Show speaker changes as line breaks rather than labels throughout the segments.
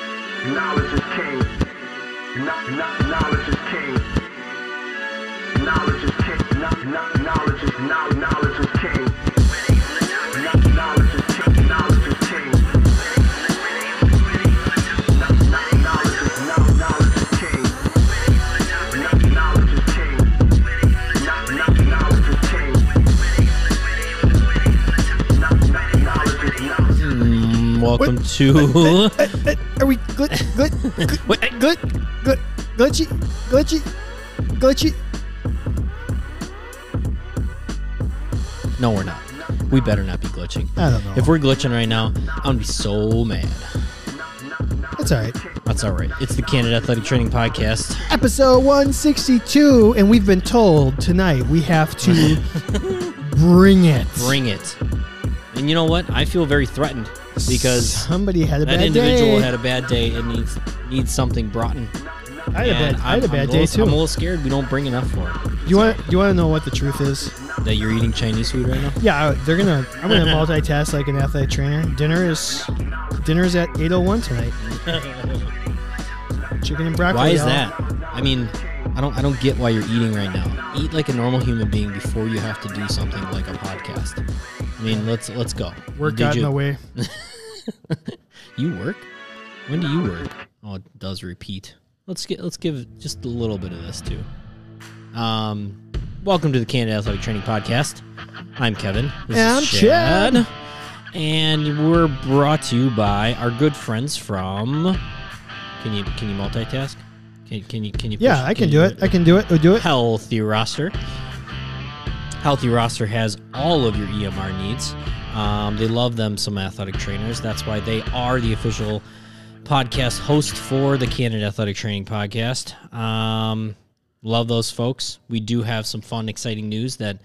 Knowledge is king. Kno- kno- Knowledge is king. Knowledge is king. Kno- kno- Knowledge is kno- knowledge is king. Kno- Knowledge is king. Knowledge is king. Kno- kno- Knowledge is kno- knowledge is king. Kno- Knowledge is king. Kno- kno- Knowledge is king. Kno- kno- Knowledge is kno-
Mm, Welcome to
Are we glitch, glitch,
Wait,
glitch, glitch, glitch, glitchy, glitchy, glitchy?
No, we're not. We better not be glitching.
I don't know.
If we're glitching right now, I'm gonna be so mad.
That's all right.
That's all right. It's the Canada Athletic Training Podcast.
Episode 162, and we've been told tonight we have to bring it.
Bring it. And you know what? I feel very threatened because
somebody had a
that
bad
individual
day.
had a bad day and needs needs something brought in.
I had a
And
bad, I had a
I'm- I'm
bad
little-
day too.
I'm a little scared. We don't bring enough for it.
do you want? Do you want to know what the truth is?
That you're eating Chinese food right now.
Yeah, I- they're gonna. I'm gonna multitask like an athletic trainer. Dinner is, dinner is at 8:01 tonight. Chicken and broccoli.
Why is
y'all.
that? I mean, I don't I don't get why you're eating right now. Eat like a normal human being before you have to do something like a podcast. I mean, let's let's go.
Work
Did
out
you,
in the way.
You work? When do you work? Oh, it does repeat. Let's get let's give just a little bit of this too. Um, welcome to the Canada Athletic Training Podcast. I'm Kevin. This
And I'm
is
Chad.
Chad. And we're brought to you by our good friends from. Can you can you multitask? Can, can you can you?
Yeah,
push-
I can
you
do it. I can do it. We'll do it.
Healthy Roster. Healthy Roster has all of your EMR needs. Um, they love them, some athletic trainers. That's why they are the official podcast host for the Canada Athletic Training Podcast. Um, love those folks. We do have some fun, exciting news that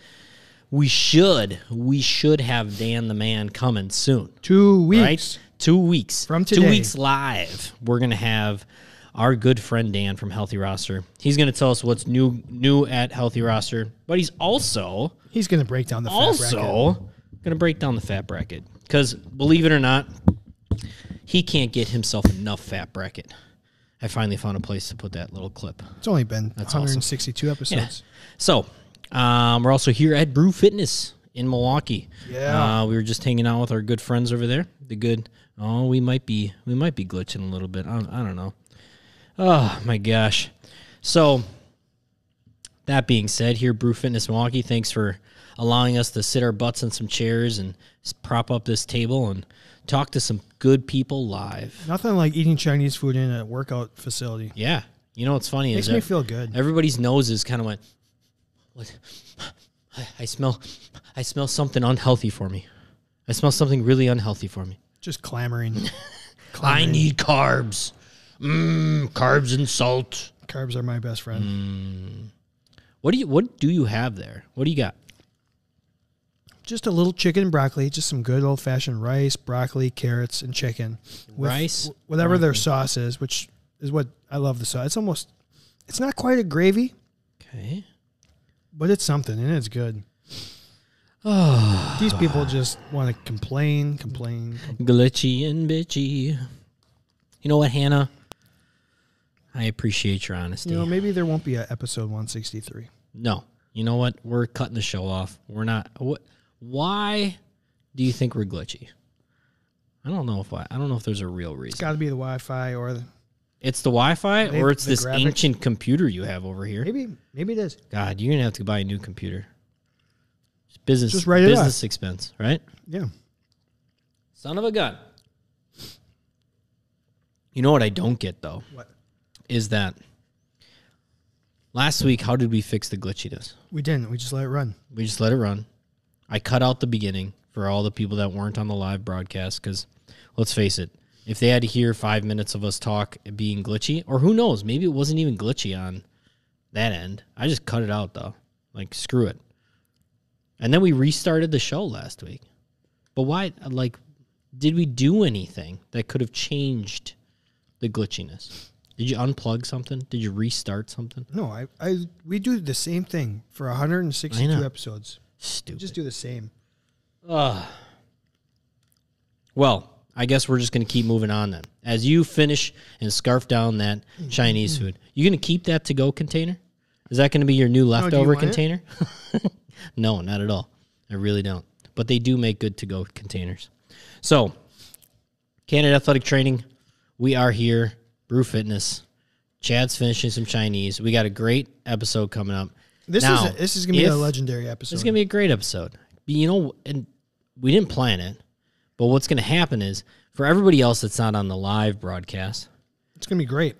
we should we should have Dan the Man coming soon.
Two weeks.
Right? Two weeks.
From
Two
today.
weeks live. We're going to have our good friend Dan from Healthy Roster. He's going to tell us what's new new at Healthy Roster, but he's also
He's gonna break down the fat bracket.
also going to break down the fat bracket cuz believe it or not, he can't get himself enough fat bracket. I finally found a place to put that little clip.
It's only been 162
Yeah.
episodes.
So, um, we're also here at Brew Fitness in Milwaukee.
Yeah.
Uh, we were just hanging out with our good friends over there. The good. Oh, we might be we might be glitching a little bit. I don't, I don't know. Oh my gosh. So, that being said, here Brew Fitness Milwaukee, thanks for allowing us to sit our butts in some chairs and s- prop up this table and talk to some good people live.
Nothing like eating Chinese food in a workout facility.
Yeah. You know what's funny
Makes
is
me
that-
feel good.
Everybody's noses kind of went. What? I- I smell. I smell something unhealthy for me. I smell something really unhealthy for me.
Just clamoring.
I need carbs. Mmm, carbs and salt.
Carbs are my best friend.
What do you? What do you have there? What do you got?
Just a little chicken and broccoli. Just some good old fashioned rice, broccoli, carrots, and chicken. With
Rice,
wh- whatever their sauce is, which is what I love the sauce. It's almost. It's not quite a gravy,
Okay.
but it's something and it's good. These people just want to complain, complain. com-
Glitchy and bitchy. You know what, Hannah? I appreciate your honesty.
You know, maybe there won't be an episode 163.
No. You know what? We're cutting the show off. We're not. What? Why do you think we're glitchy? I don't know if I. I don't know if there's a real
It's
reason.
got to be the Wi-Fi or the,
It's the Wi-Fi,
They-
or it's
the
this
graphics.
ancient computer you have over here.
maybe maybe it is.
God, you're gonna have to buy a new computer. It's business,
Just write it off.
business expense, right?
Yeah.
Son of a gun. You know what I don't get though
What?
is that last week. How did we fix the glitchiness?
We didn't. We just let it run.
We just let it run. I cut out the beginning for all the people that weren't on the live broadcast because let's face it, if they had to hear five minutes of us talk being glitchy, or who knows, maybe it wasn't even glitchy on that end. I just cut it out though. Like, screw it. And then we restarted the show last week. But why, like, did we do anything that could have changed the glitchiness? Did you unplug something? Did you restart something?
No, I, I we do the same thing for
I
162
know.
episodes.
Stupid.
We just do the same.
Well, I guess we're just going to keep moving on then. As you finish and scarf down that Chinese
Mm-hmm.
food, you gonna keep that to go container? Is that gonna be your new
Oh, you
leftover
want it?
container? no, not at all. I really don't. But they do make good to go containers. So, Canada Athletic Training, we are here. Brew Fitness. Chad's finishing some Chinese. We got a great episode coming up.
This
Now,
is this is gonna be
if-
a legendary episode.
it's going to be a great episode. You know, and we didn't plan it, but what's going to happen is for everybody else that's not on the live broadcast,
it's gonna be great.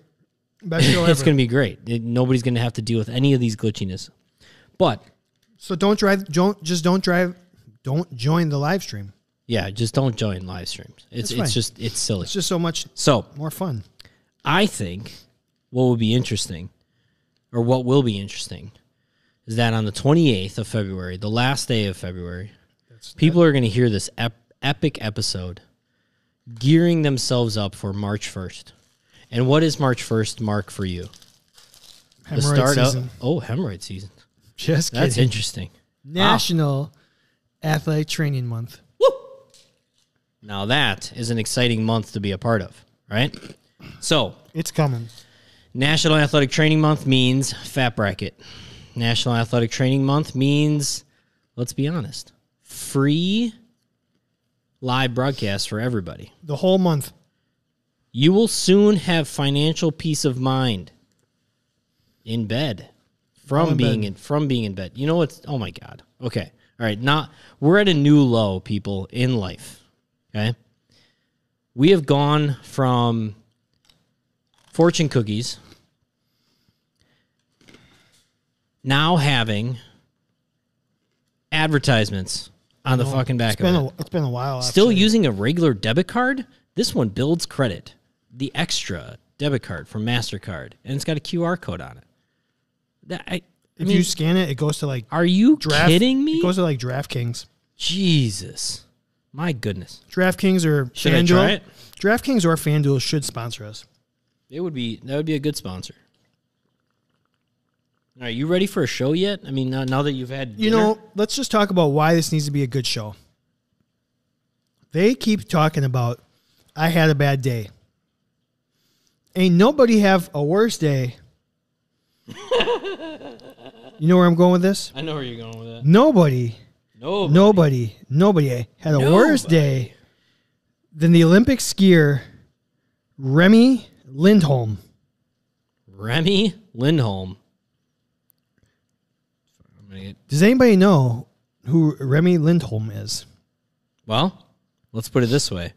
Best show
it's
ever.
going to be great. It- nobody's going to have to deal with any of these glitchiness. But
so don't drive. Don't just don't drive. Don't join the live stream.
yeah, just don't join live streams. It's
That's fine.
it's just it's silly.
It's just so much
so
more fun.
I think what would be interesting, or what will be interesting, is that on the 28th of February, the last day of February, people are going to hear this ep- epic episode gearing themselves up for March 1st. And what is March 1st mark for you? The
Hemorrhoid
start
season.
of oh hemorrhoid season.
Just kidding.
That's interesting.
National Athletic Training Month.
Now that is an exciting month to be a part of, right? So
It's coming.
National Athletic Training Month means fat bracket. National Athletic Training Month means, let's be honest, free live broadcasts for everybody.
The whole month.
You will soon have financial peace of mind in bed from
Oh, in
being
bed.
in from being in bed. You know what's oh my god. Okay. All right, not we're at a new low people in life. Okay? We have gone from fortune cookies now having advertisements on the fucking back
Oh, It's been
of it.
a, it's been a while.
Still
actually.
using a regular debit card? This one builds credit. The extra debit card from MasterCard. And it's got a QR code on it. That, I, I
If
mean,
you scan it, it goes to like
are you
draft.
kidding me?
It goes to like DraftKings.
Jesus. My goodness.
DraftKings or
Should I
FanDuel.
try it?
DraftKings or FanDuel should sponsor us.
It would be that would be a good sponsor. All right, you ready for a show yet? I mean, now, now that you've had
You
dinner-
know, let's just talk about why this needs to be a good show. They keep talking about I had a bad day. Ain't nobody have a worse day. you know where I'm going with this?
I know where you're going with that.
Nobody,
No, no,
nobody, nobody had a worse
Nobody.
day than the Olympic skier Remy Lindholm.
Remy Lindholm. I'm gonna get
Does anybody know who Remy Lindholm is?
Well, let's put it this way.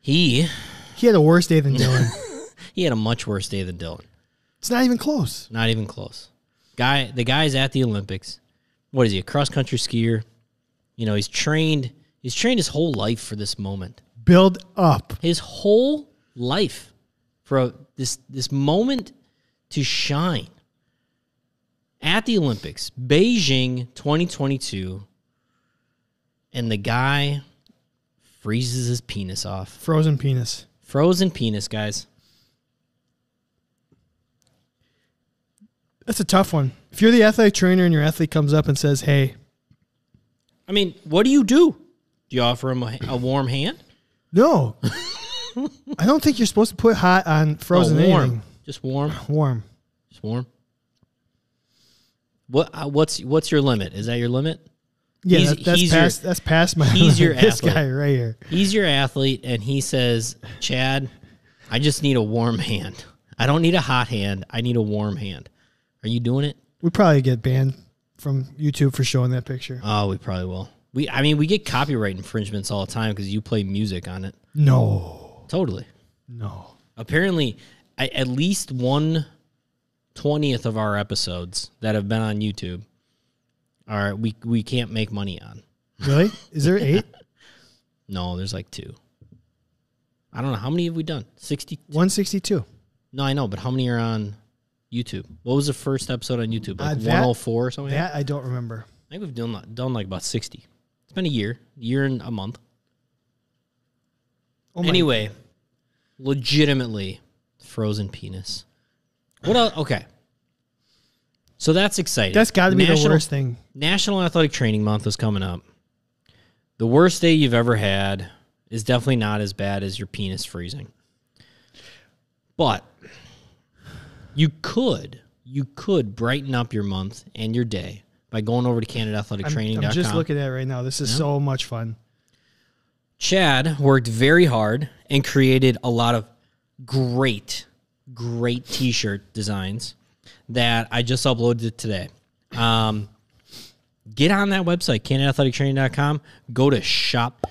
He
He had a worse day than Dylan.
he had a much worse day than Dylan.
it's not even close.
Not even close. Guy the guy's at the Olympics. What is he? A cross country skier. You know, he's trained he's trained his whole life for this moment.
Build up.
His whole life for a- this this moment to shine. At the Olympics, Beijing 2022 and the guy freezes his penis off.
Frozen penis.
Frozen penis, guys.
That's a tough one. If you're the athletic trainer and your athlete comes up and says, "Hey,
I mean, what do you do? Do you offer him a, a warm hand?
no, I don't think you're supposed to put hot on frozen
Oh, warm,
anything.
just warm,
Warm.
just warm. What uh, what's what's your limit? Is that your limit?
Yeah,
He's-
that- that's
he's your-
past. that's past my.
he's your
this
athlete.
guy right here.
He's your athlete, and he says, "Chad, I just need a warm hand. I don't need a hot hand. I need a warm hand. Are you doing it?
We probably get banned from YouTube for showing that picture.
Oh, we probably will. We, I mean, we get copyright infringements all the time because you play music on it.
no,
Totally.
no.
apparently I, at least one twentieth of our episodes that have been on YouTube are we we can't make money on.
Really? Is there eight?
No, there's like two. I don't know how many have we done. Sixty?
One sixty-two.
No, I know, but how many are on YouTube? What was the first episode on YouTube?
Uh,
Like
that-
one hundred four or something. like that?
That I don't remember.
I think we've done li- done like about sixty. It's been a year, year and a month.
Oh my-
anyway, legitimately frozen penis. What else? Okay. So that's exciting.
that's got to be the
National-
worst thing.
National Athletic Training Month is coming up. The worst day you've ever had is definitely not as bad as your penis freezing. But you could, you could brighten up your month and your day by going over to
I'm,
CanadaAthleticTraining.com.
I'm just looking at it right now. This is so much fun.
Chad worked very hard and created a lot of great, great t shirt designs that I just uploaded today. Um, get on that website, CanadaAthleticTraining.com. Go to shop.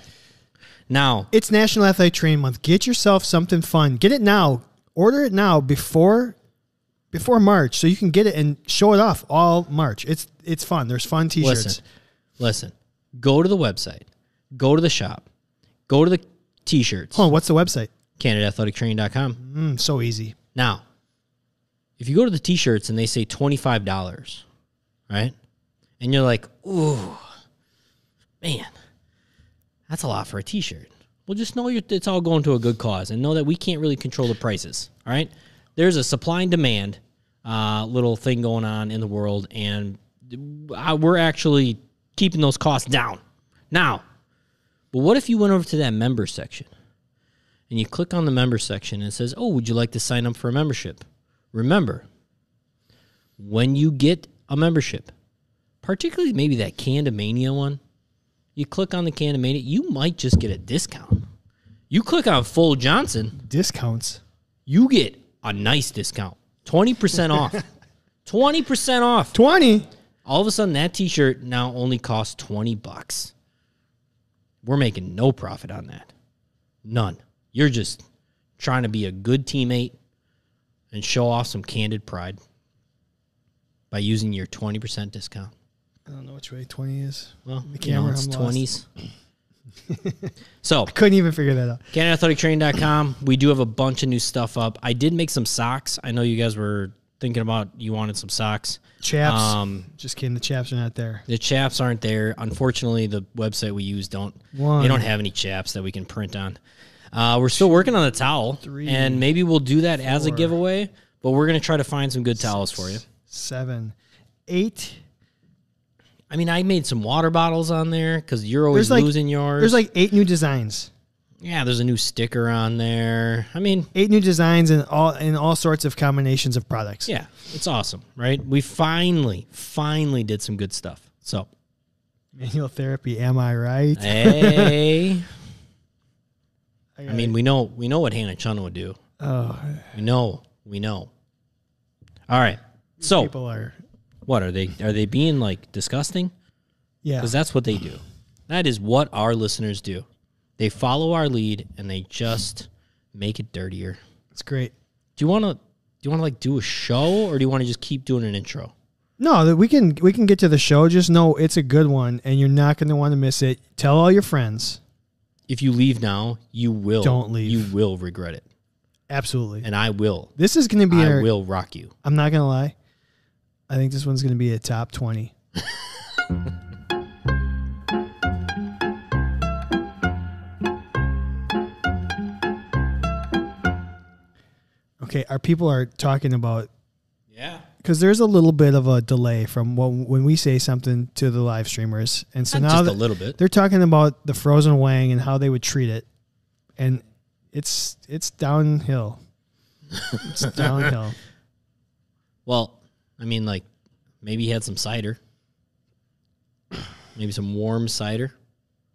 Now,
It's National Athletic Training Month. Get yourself something fun. Get it now. Order it now before before March, so you can get it and show it off all March. It's it's fun. There's fun T-shirts.
listen, listen, go to the website, go to the shop, go to the t shirts,
Hold on, what's the website?
CanadaAthleticTraining.com.
Mm, so easy.
Now, if you go to the t-shirts and they say $25, right? And you're like, ooh, man, that's a lot for a t-shirt. Well, just know you're, it's all going to a good cause and know that we can't really control the prices, all right? There's a supply and demand uh, little thing going on in the world, and uh we're actually keeping those costs down. Now, but what if you went over to that member section? and you click on the member section and it says, "Oh, would you like to sign up for a membership?" Remember, when you get a membership, particularly maybe that Candamania one, you click on the Candamania, you might just get a discount. You click on Full Johnson,
Discounts.
you get a nice discount. 20% off. 20% off.
Twenty.
All of a sudden that t-shirt now only costs 20 bucks. We're making no profit on that. None. You're just trying to be a good teammate and show off some candid pride by using your 20% discount.
I don't know which way twenty is.
Well,
The
the
camera,
it's
I'm lost.
20s. so,
Couldn't even figure that out.
CanadaAthleticTraining.com. We do have a bunch of new stuff up. I did make some socks. I know you guys were thinking about you wanted some socks.
Chaps.
Um,
Just kidding. The chaps are not there.
The chaps aren't there. Unfortunately, the website we use don't.
One.
They don't have any chaps that we can print on. Uh, we're still working on the towel, and maybe we'll do that as a
four,
giveaway. But we're gonna try to find some good towels for you.
Seven, eight.
I mean, I made some water bottles on there because you're always
There's like
losing yours.
There's like eight new designs.
yeah, there's a new sticker on there. I mean,
Eight new designs and all in all sorts of combinations of products.
Yeah, it's awesome, right? We finally, finally did some good stuff. So,
Manual therapy. Am I right?
hey,
I
I
gotta-
mean, we know we know what Hannah Chun would do.
oh,
We know, we know. All right. So,
people are.
what are they? Are they being like disgusting?
Yeah.
Because that's what they do. That is what our listeners do. They follow our lead and they just make it dirtier.
It's great.
Do you want to? Do you want to like do a show, or do you want to just keep doing an intro?
No, that we can we can get to the show. Just know it's a good one, and you're not going to want to miss it. Tell all your friends.
If you leave now, you will
Don't leave.
You will regret it,
Absolutely.
and I will.
This is going to be.
I
our,
will rock you.
I'm not going to lie. I think this one's going to be a top twenty. okay, our people are talking about
Yeah.
because there's a little bit of a delay from when, when we say something to the live streamers, and so now
just a
that,
little bit.
they're talking about the frozen wang and how they would treat it, and it's it's downhill. It's downhill.
Well, I mean, like maybe he had some cider, maybe some warm cider.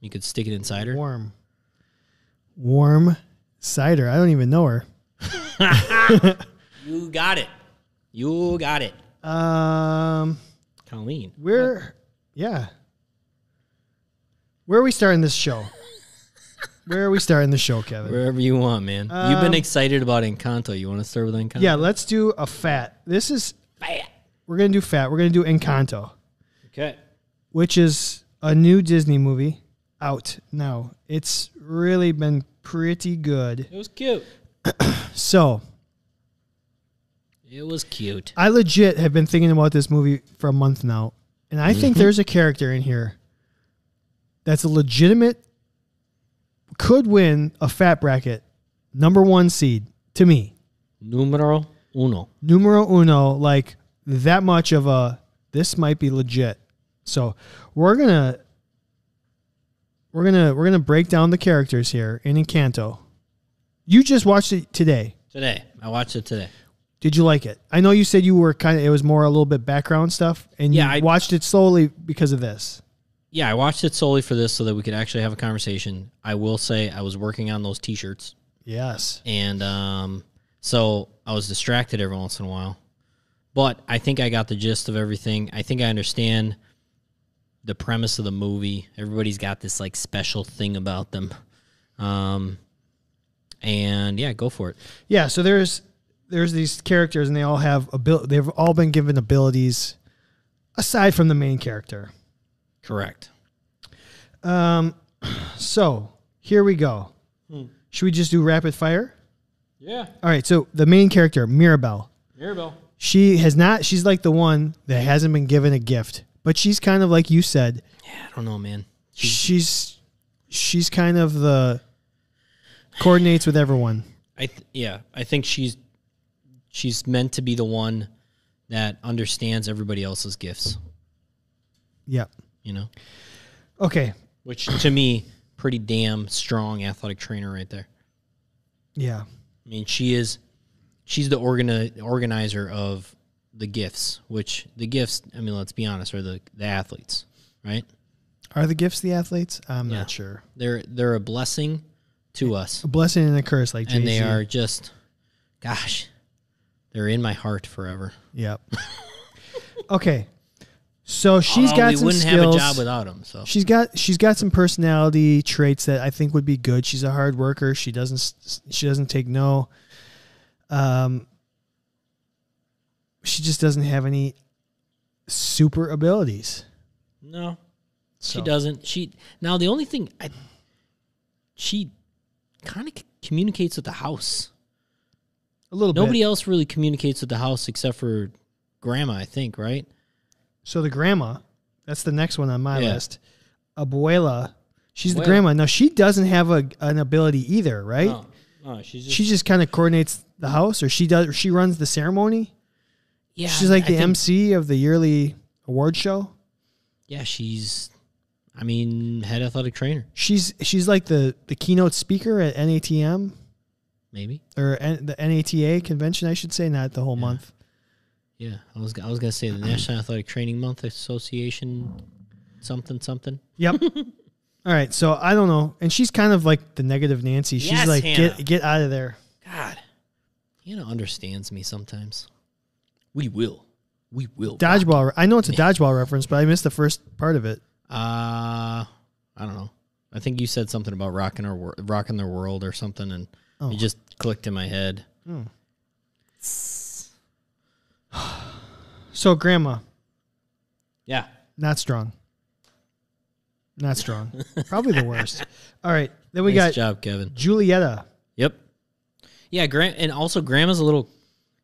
You could stick it in cider.
Warm, warm cider. I don't even know her.
You got it. You got it.
Um,
Colleen.
where? Yeah. Where are we starting this show? Where are we starting the show, Kevin?
Wherever you want, man. You've been excited about Encanto. You want to start with Encanto?
Yeah, let's do a fat. This is We're gonna do fat. We're gonna do Encanto,
Okay.
which is a new Disney movie out now. It's really been pretty good.
It was cute.
So
It was cute.
I legit have been thinking about this movie for a month now, and I think there's a character in here that's a legitimate could win a fat bracket number one seed to me.
Numero uno.
numero uno, like that much of a this might be legit. So we're gonna we're gonna we're gonna break down the characters here in Encanto. You just watched it today.
Today, I watched it today.
Did you like it? I know you said you were kind of it was more a little bit background stuff, and
Yeah,
you
I-
watched it slowly because of this.
Yeah, I watched it solely for this so that we could actually have a conversation. I will say I was working on those T-shirts,
Yes.
and um, so I was distracted every once in a while. But I think I got the gist of everything. I think I understand the premise of the movie. Everybody's got this like special thing about them, um, and yeah, go for it.
Yeah. So there's there's these characters, and they all have abil- They've all been given abilities, aside from the main character.
Correct.
So here we go. Should we just do rapid fire?
Yeah,
All right. So the main character, Mirabelle.
Mirabel.
She has not. She's like the one that hasn't been given a gift, but she's kind of like you said.
I don't know, man.
She's she's kind of the coordinates with everyone.
I th- yeah, I think she's she's meant to be the one that understands everybody else's gifts,
Yep.
you know.
Okay.
Which to me, pretty damn strong athletic trainer right there.
Yeah.
I mean, she is she's the organi- organizer of the gifts, which the gifts, I mean, let's be honest, are the the athletes, right?
Are the gifts the athletes? I'm
Yeah.
not sure.
They're they're a blessing to us.
A blessing and a curse, like
And they
Jay-Z.
are just gosh, they're in my heart forever.
Yep. okay. So she's
Although
got
Uh, we
some
wouldn't
skills.
have a job without them, so.
She's got she's got some personality traits that I think would be good. She's a hard worker. She doesn't s- she doesn't take no. Um, she just doesn't have any super abilities.
No,
So-
she doesn't. She now the only thing I she kind of communicates with the house.
A little
Nobody
bit.
else really communicates with the house except for Grandma, I think. Right?
So the grandma, that's the next one on my
Yeah.
list. Abuela, she's the
Abuela.
grandma. Now she doesn't have a an ability either, right?
No, no, Oh, she's just
She just kind of coordinates the house, or she does. She runs the ceremony.
yeah.
She's like
I
the
think-
MC of the yearly award show.
Yeah, she's. I mean, head athletic trainer,
She's she's like the the keynote speaker at NATM
maybe.
or N, the NATA convention, I should say, not the whole month.
Yeah, I was. I was gonna say the National Athletic Training Month Association, something something.
Yep. All right, so I don't know, and she's kind of like the negative Nancy. She's
Yes,
like,
Hannah.
get get out of there.
God, Hannah understands me sometimes. We will. We will.
Dodgeball. re- I know it's a dodgeball reference, but I missed the first part of it.
Uh, I don't know. I think you said something about rocking our wor- rocking their world or something, and it just clicked in my head.
So grandma,
Yeah,
not strong. Not strong. Probably the worst. All right, then we
nice
got
job, Kevin.
Julietta.
Yep. Yeah, Grant, and also Grandma's a little.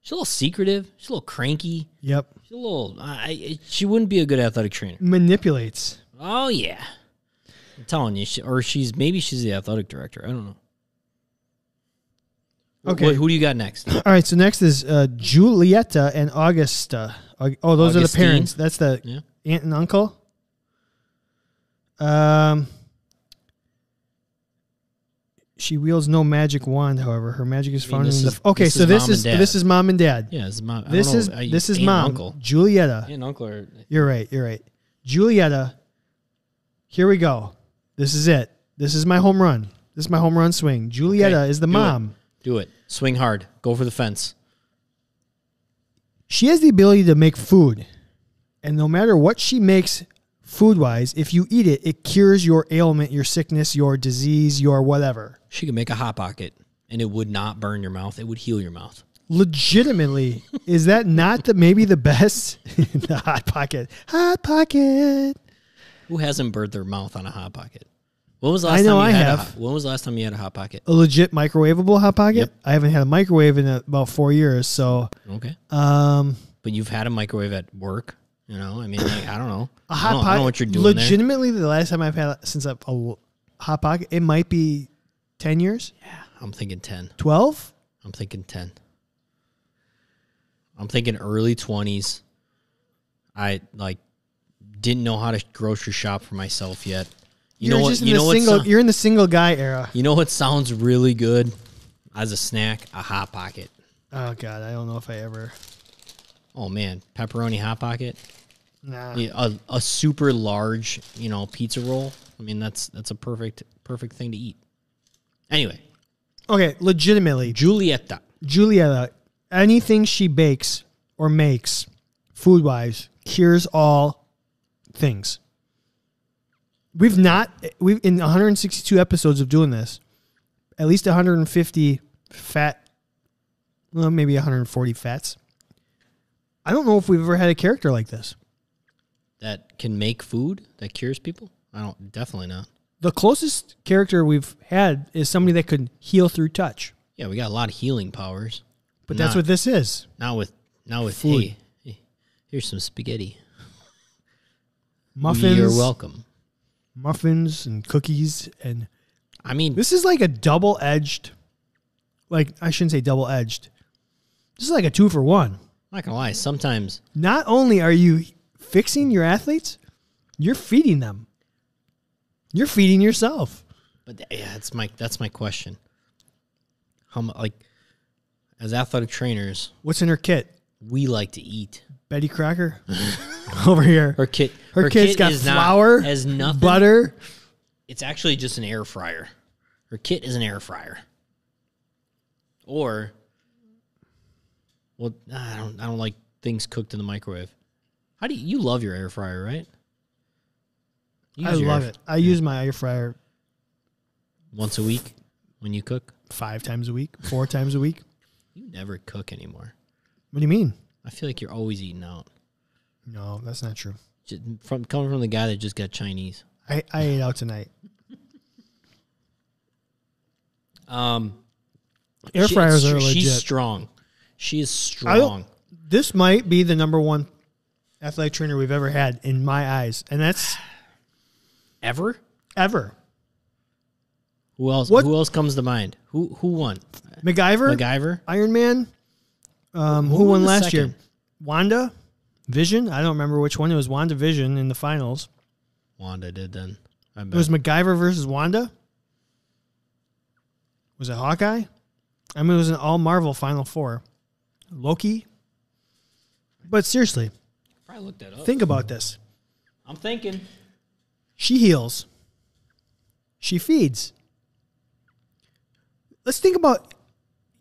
She's a little secretive. She's a little cranky.
Yep.
She's a little. I, I- she wouldn't be a good athletic trainer.
Manipulates.
Oh yeah, I'm telling you, she, or she's maybe she's the athletic director. I don't know. Wh-
Okay.
wh- who do you got next?
All right, so next is uh, Julieta and Augusta. Aug- Oh, those
Augustine.
are the parents. That's the
Yeah.
aunt and uncle. Um, she wields no magic wand. However, her magic is
mean,
found
this
in the.
is-
okay,
this
so
is
this
mom
is
and dad.
this is mom and dad.
Yeah, it's mom. I don't
this
know, uh,
is
I-
this is
aunt and
mom.
Uncle.
Julieta.
Aunt and uncle are
You're right. You're right. Julieta. Here we go. This is it. This is my home run. This is my home run swing. Julieta
Okay,
is the
do it.
mom.
Do it. Swing hard. Go for the fence.
She has the ability to make food. And no matter what she makes food wise, if you eat it, it cures your ailment, your sickness, your disease, your whatever.
She could make a hot pocket and it would not burn your mouth. It would heal your mouth.
Legitimately, is that not the maybe the best? the hot pocket. Hot pocket.
Who hasn't burned their mouth on a hot pocket? When was the last
I know
time you
I
had a
have.
hot- when was the last time you had a hot pocket?
A legit microwavable hot pocket.
Yep.
I haven't had a microwave in about four years, so
Okay.
um
But you've had a microwave at work, you know? I mean, like, I don't know.
a
I,
hot
don't,
pocket.
I don't know what you're doing there.
Legitimately, the last time I've had since I've a hot pocket, it might be ten years,
I'm thinking 10.
twelve.
I'm thinking 10. I'm thinking early 20s. I like didn't know how to grocery shop for myself yet. You
are
know what?
just in
You
the
know uh, what?
single.
sou-
You're in the single guy era.
You know what sounds really good as a snack? A hot pocket.
Oh God, I don't know if I ever.
Oh man, pepperoni hot pocket.
Nah.
Yeah, A, a super large, you know, pizza roll. I mean, that's that's a perfect perfect thing to eat. Anyway,
Okay, legitimately,
Julieta.
Julieta, anything she bakes or makes, food wise, cures all things. We've not we've in 162 episodes of doing this, at least 150 fat, well maybe 140 fats. I don't know if we've ever had a character like this.
that can make food that cures people? I don't definitely not.
The closest character we've had is somebody that could heal through touch,
Yeah, we got a lot of healing powers,
but that's
Nah.
what this is.
not with not with
Food.
hey, hey, here's some spaghetti.
Muffins,
You're welcome.
muffins and cookies and
I mean,
This is like a double edged, like I shouldn't say double edged. This is like a two for one.
I'm not gonna lie. Sometimes
Not only are you fixing your athletes, you're feeding them. You're feeding yourself.
But th- yeah, that's my that's my question. How mu- like as athletic trainers,
What's in her kit?
we like to eat.
Betty Crocker over here.
Her kit
Her kit's got flour,
not, has nothing.
Butter.
It's actually just an air fryer. Her kit is an air fryer. Or well, I don't I don't like things cooked in the microwave. How do you, you love your air fryer, right? You
I
use your
love
air
it. I use my air fryer
Once a week when you cook.
five times a week, four times a week.
You never cook anymore.
What do you mean?
I feel like you're always eating out.
No, that's not true.
Just from coming from the guy that just got Chinese.
I, I ate out tonight.
Um,
Air
she-
fryers are
she- She's
legit.
strong. She is
I don't-
strong.
This might be the number one athletic trainer we've ever had in my eyes, and that's
Ever?
ever.
Who else?
What-
Who else comes to mind? Who who won?
MacGyver,
MacGyver.
Iron Man. Um, who,
won
won
the
last year?
second?
Wanda, Vision. I don't remember which one it was. Wanda Vision in the finals.
Wanda did then. I bet.
It was MacGyver versus Wanda. Was it Hawkeye? I mean, it was an all Marvel Final Four. Loki. But seriously,
Probably looked that up.
think about this.
I'm thinking.
She heals. She feeds. Let's think about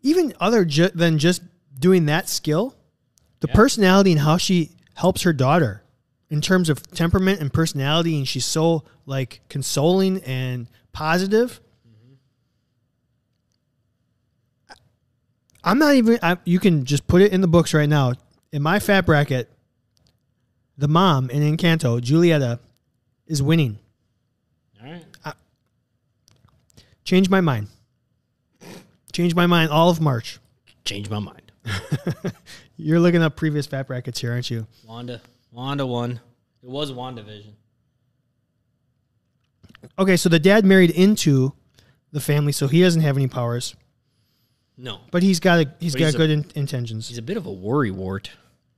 even other ju- than just doing that skill, the personality and how she helps her daughter in terms of temperament and personality, and she's so like consoling and positive. I'm not even. I, you can just put it in the books right now. In my fat bracket, the mom in Encanto, Julieta, is winning.
All right.
Change my mind. Change my mind all of March.
Changed my mind.
You're looking up previous fat brackets here, aren't you?
Wanda. Wanda won. It was WandaVision.
Okay, so the dad married into the family, so he doesn't have any powers,
No.
but he's got a, he's
But
got
he's a-
good in, intentions.
He's a bit of a worry wart,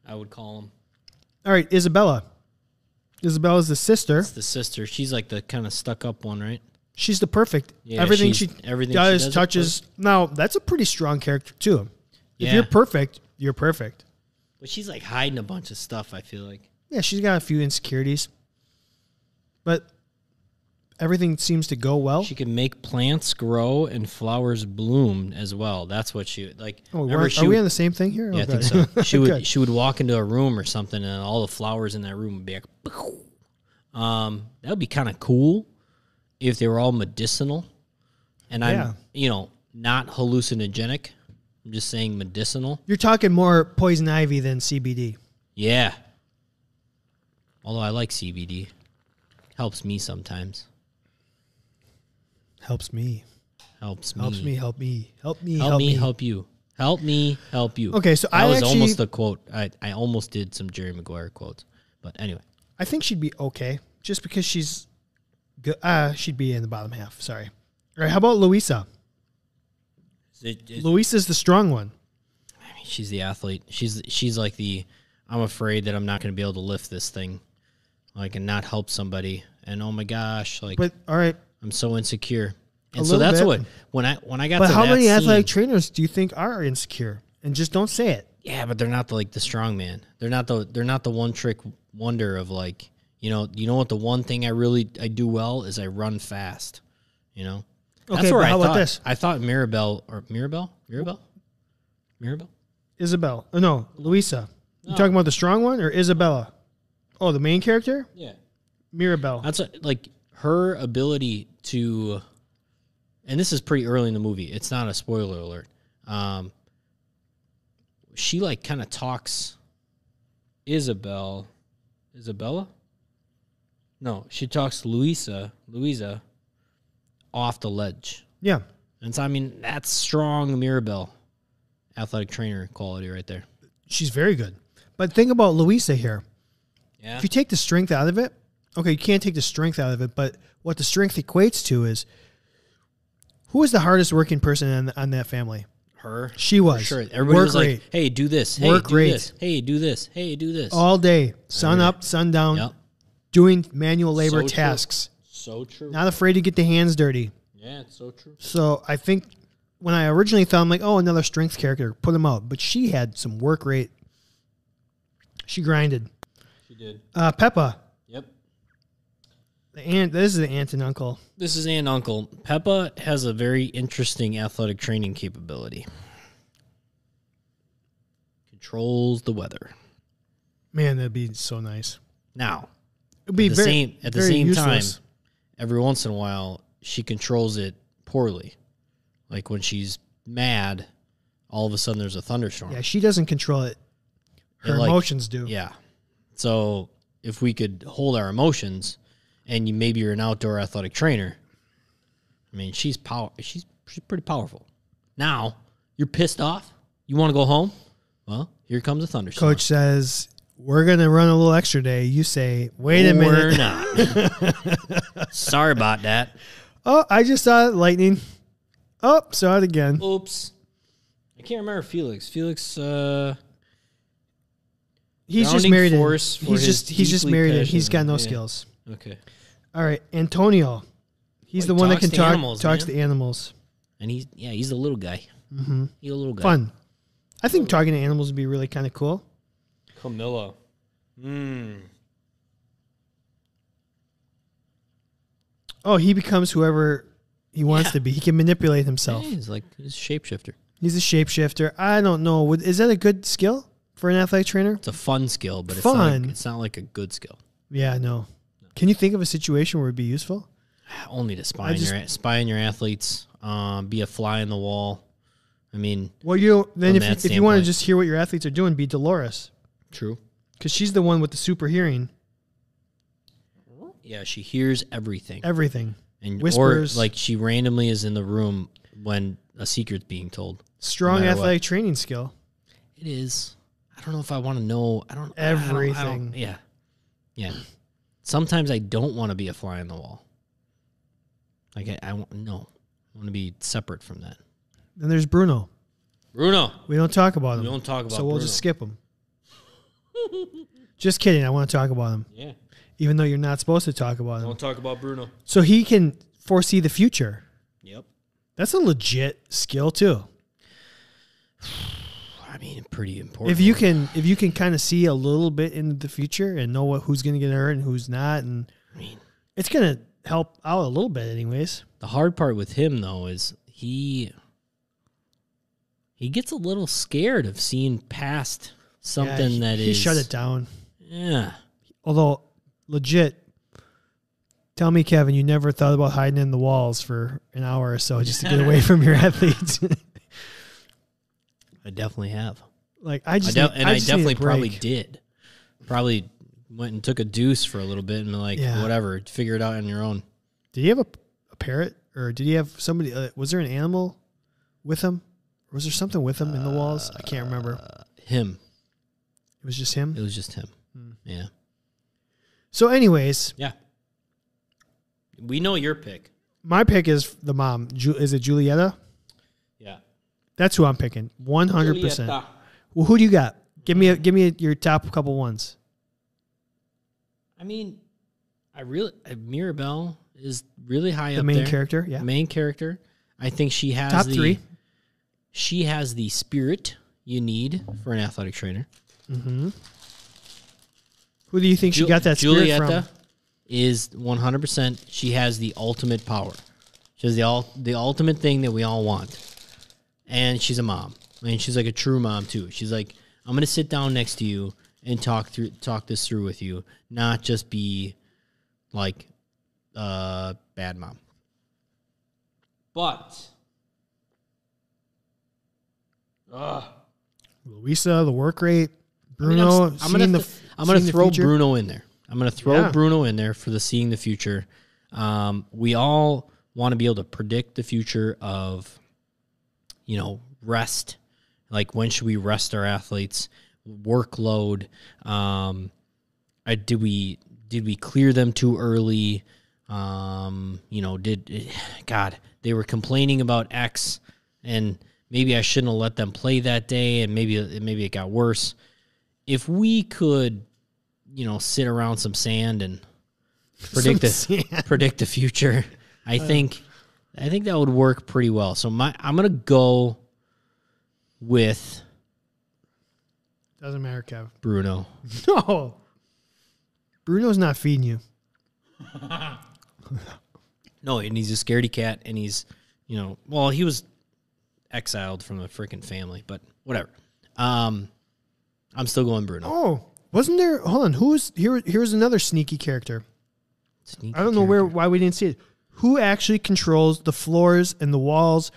I would call him.
All right, Isabella. Isabella's the sister.
It's the sister. She's like the kind of stuck up one, right?
She's the perfect.
Yeah,
everything she
she's- everything she
does,
does is
touches. Now that's a pretty strong character too. If
Yeah.
you're perfect, you're perfect.
But she's like hiding a bunch of stuff, I feel like.
Yeah, she's got a few insecurities, but everything seems to go well.
She can make plants grow and flowers bloom as well. That's what she like.
Oh,
remember
we're,
she
are we
would-
on the same thing here?
yeah, I
Okay.
think so. She would
Good.
she would walk into a room or something, and all the flowers in that room would be like, "Pow." um, that would be kind of cool if they were all medicinal, and I'm
Yeah.
you know not hallucinogenic. I'm just saying medicinal.
You're talking more poison ivy than CBD.
Yeah. Although I like CBD, helps me sometimes.
Helps me.
Helps me.
Helps me. Help me. Help me.
Mm. help, me, help you. Help me, help you.
Okay, so
that
I
was
actually-
almost a quote. I, I almost did some Jerry Maguire quotes, but anyway,
I think she'd be okay, just because she's, go- uh, she'd be in the bottom half. Sorry. All right. How about Louisa?
It- it-
Louisa's the strong one.
she's the athlete. She's she's like the I'm afraid that I'm not going to be able to lift this thing, like and not help somebody and oh my gosh, like
But all right,
I'm so insecure.
A
And so
little
that's
bit.
what when I when I got
but
to
how
that
many
scene,
athletic trainers do you think are insecure and just don't say it?
Yeah, but they're not the, like the strong man. They're not the they're not the one trick wonder of like you know you know what the one thing I really I do well is I run fast. You know,
Okay, but
I
how
thought
about this?
I thought Mirabelle or Mirabelle Mirabelle Mirabelle.
Isabel. Oh, no, Luisa. You talking about the strong one or Isabella? Oh, the main character?
Yeah,
Mirabelle.
that's a, like her ability to, and this is pretty early in the movie. It's not a spoiler alert. Um, she like kind of talks Isabel, Isabella. No, she talks Louisa, Louisa, off the ledge.
yeah.
And so I mean that's strong Mirabelle, athletic trainer quality right there.
She's very good. But think about Luisa here.
Yeah,
If you take the strength out of it, okay, you can't take the strength out of it, but what the strength equates to is who is the hardest working person on, on that family?
her.
She was.
Sure, everybody
Work
was like,
rate.
"Hey, do this. Hey,
Work
do
rate.
this. Hey, do this. Hey, do this."
All day, sun up, sun down,
Yep.
doing manual labor
So true.
tasks.
So true.
Not afraid to get the hands dirty.
yeah, it's so true.
So I think when I originally thought, I'm like, oh, another strength character, put him out. But she had some work rate. She grinded.
She did.
Uh, Peppa,
Yep.
the aunt. This is the aunt and uncle.
This is Aunt Uncle. Peppa has a very interesting athletic training capability. Controls the weather.
Man, that'd be so nice.
Now,
It'd be
the
very,
same at the
very
same
useless.
time, every once in a while she controls it poorly. Like when she's mad, all of a sudden there's a thunderstorm.
Yeah, she doesn't control it. Her
And, like,
emotions do.
Yeah. So if we could hold our emotions, and you maybe you're an outdoor athletic trainer, I mean she's power she's she's pretty powerful. Now you're pissed off. You want to go home? Well, here comes a thunderstorm.
Coach says we're gonna run a little extra day. You say, wait a
We're
minute.
not. Sorry about that.
Oh, I just saw lightning. Oh, saw it again.
Oops. I can't remember Felix. Felix. Uh,
He's just
grounding
married. in.
force for
He's
his
just he's just
deeply
married. in. He's got
passionate-
no
yeah.
skills.
okay.
All right, Antonio. He's
Well,
the
he
one that
talks
can
to
talk
animals,
talks
man.
to animals.
And he's yeah he's the little guy. Mm-hmm. He's a little guy.
Fun. I think talking to animals would be really kind of cool.
Camilla. Mmm.
Oh, he becomes whoever he wants
Yeah.
to be. He can manipulate himself.
he's like he's a shapeshifter.
He's a shapeshifter. I don't know. Would- Is that a good skill for an athletic trainer?
It's a fun skill, but It's,
Fun.
not, it's not like a good skill.
Yeah, no. Can you think of a situation where it'd be useful?
Only to spy on
just-
your spy on your athletes, um, be a fly in the wall. I mean,
Well, you then
From
if
that
you, if you want to
standpoint.
just hear what your athletes are doing, be Dolores
true.
because she's the one with the super hearing,
Yeah, she hears everything,
everything,
and
whispers.
or like she randomly is in the room when a secret's being told.
strong
matter what.
athletic training skill.
It is. I don't know if I want to know. I don't I don't- I don't-
Everything.
yeah, yeah. Sometimes I don't want to be a fly in the wall. Like I, I want no. I want to be separate from that.
Then there's Bruno.
Bruno.
We don't talk about him.
We don't talk about.
Um, so we'll
Bruno.
just skip him. just kidding. I want to talk about him,
Yeah.
even though you're not supposed to talk about him.
talk about Bruno.
So he can foresee the future.
Yep.
That's a legit skill too.
I mean, pretty important.
If you can, if you can kind of see a little bit into the future and know what who's going to get hurt and who's not, and
I mean,
it's going to help out a little bit, anyways.
the hard part with him though is he he gets a little scared of seeing past
Yeah,
something
he,
that is
he shut it down.
Yeah.
Although legit, tell me, Kevin, you never thought about hiding in the walls for an hour or so just to get away from your athletes.
I definitely have.
like I
I
just,
de-
need-
and I,
just need a
definitely probably
break.
did. Probably went and took a deuce for a little bit and like
Yeah.
whatever, figure it out on your own.
Did he have a, a parrot, or did he have somebody? Uh, was there an animal with him? Or was there something with him in the walls? I can't remember.
Him.
It was just him.
It was just him.
Hmm.
Yeah.
So, anyways,
Yeah. We know your pick.
my pick is the mom. Ju- is it Julieta?
Yeah.
That's who I'm picking. One hundred percent. Well, who do you got? Give me a, give me your top couple ones.
I mean, I really uh, Mirabelle is really high
The
up
main
there.
character, yeah.
main character. I think she has
Top
the,
three.
She has the spirit you need for an athletic trainer.
Who do you think she
Ju-
got that spirit
Julieta
from?
is 100%. She has the ultimate power. She has the all the ultimate thing that we all want. And she's a mom. I mean, she's like a true mom too. She's like, I'm gonna sit down next to you and talk through talk this through with you, not just be like uh bad mom. But
Luisa, the work rate, Bruno.
I am gonna
seeing the
th- I'm gonna
seeing the
throw
future.
Bruno in there. I'm gonna throw
Yeah.
Bruno in there for the seeing the future. Um, we all want to be able to predict the future of, you know, rest. Like when should we rest our athletes? Workload. Um, I, did we did we clear them too early? Um, you know, did God they were complaining about X, and maybe I shouldn't have let them play that day, and maybe maybe it got worse. If we could, you know, sit around some sand and predict the
Some sand.
predict the future, I think I think that would work pretty well. So my I'm gonna go with
Doesn't matter, Kev.
Bruno.
No. Bruno's not feeding you.
No, and he's a scaredy cat, and he's, you know, well, he was exiled from the freaking family, but whatever. Um, I'm still going Bruno.
Oh, wasn't there? Hold on. Who's here? Here's another sneaky character.
Sneaky
I don't know where why we didn't see it. Who actually controls the floors and the walls?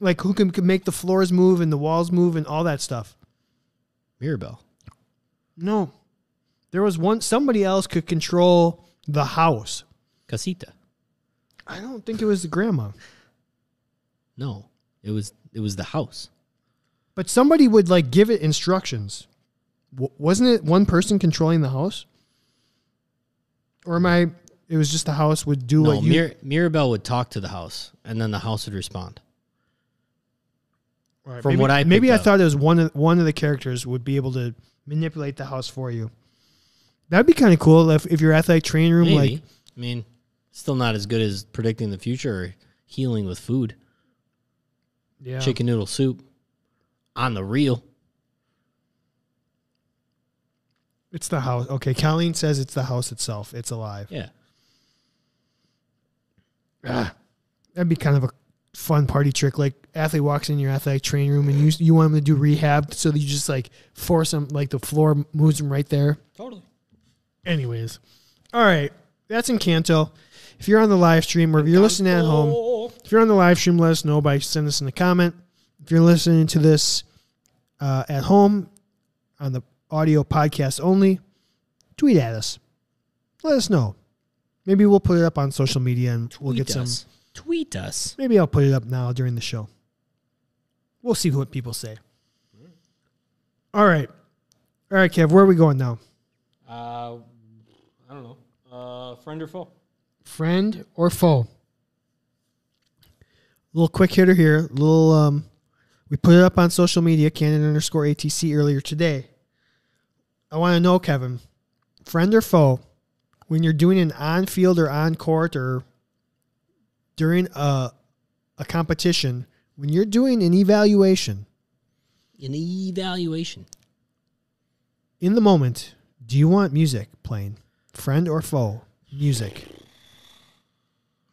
Like who can, can make the floors move and the walls move and all that stuff?
Mirabelle.
No, there was one. Somebody else could control the house.
Casita.
I don't think it was the grandma,
No, it was it was the house.
but somebody would like give it instructions. W- wasn't it one person controlling the house? Or am I? It was just the house would do
No,
what you.
Mir- Mirabelle would talk to the house, and then the house would respond.
Right,
from
maybe,
what I
maybe
picked
I
up.
thought it was one of one of the characters would be able to manipulate the house for you. That'd be kind of cool if, if your athletic training room
Maybe.
like
I mean, still not as good as predicting the future or healing with food,
yeah.
chicken noodle soup, on the real.
It's the house. Okay, Colleen says it's the house itself. It's alive.
Yeah.
That'd be kind of a fun party trick. Like athlete walks in your athletic training room and you you want them to do rehab, so that you just like force them like the floor moves them right there.
Totally.
Anyways, all right, that's Encanto. If you're on the live stream or if you're listening at home. If you're on the live stream, let us know by sending us in a comment. If you're listening to this uh, at home on the audio podcast only, tweet at us. Let us know. Maybe we'll put it up on social media and we'll
Tweet
get some.
us. Tweet us.
Maybe I'll put it up now during the show. We'll see what people say. All right. All right, Kev, where are we going now?
Uh, I don't know. Uh, friend or foe?
friend or foe. Little quick hitter here. Little um, we put it up on social media, Canon underscore ATC earlier today. I want to know, Kevin, friend or foe, when you're doing an on-field or on-court or during a a competition, when you're doing an evaluation
An evaluation.
in the moment, do you want music playing, friend or foe? Music.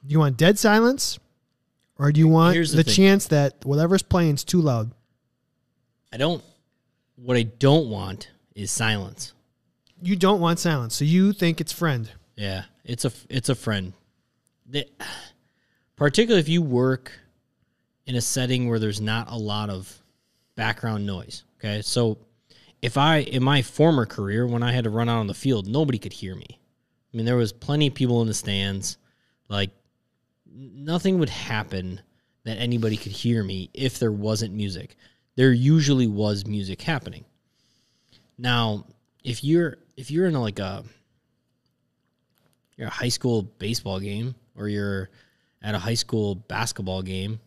Do you want dead silence, or do you want
Here's the
the,
thing.
chance that whatever's playing is too loud?
I don't. What I don't want is silence.
You don't want silence, so you think it's friend.
Yeah, it's a it's a friend. They, particularly if you work in a setting where there's not a lot of background noise. Okay, so if I in my former career when I had to run out on the field, nobody could hear me. I mean, there was plenty of people in the stands. Like n- nothing would happen that anybody could hear me if there wasn't music. There usually was music happening. Now, if you're if you're in like a you're a high school baseball game or you're at a high school basketball game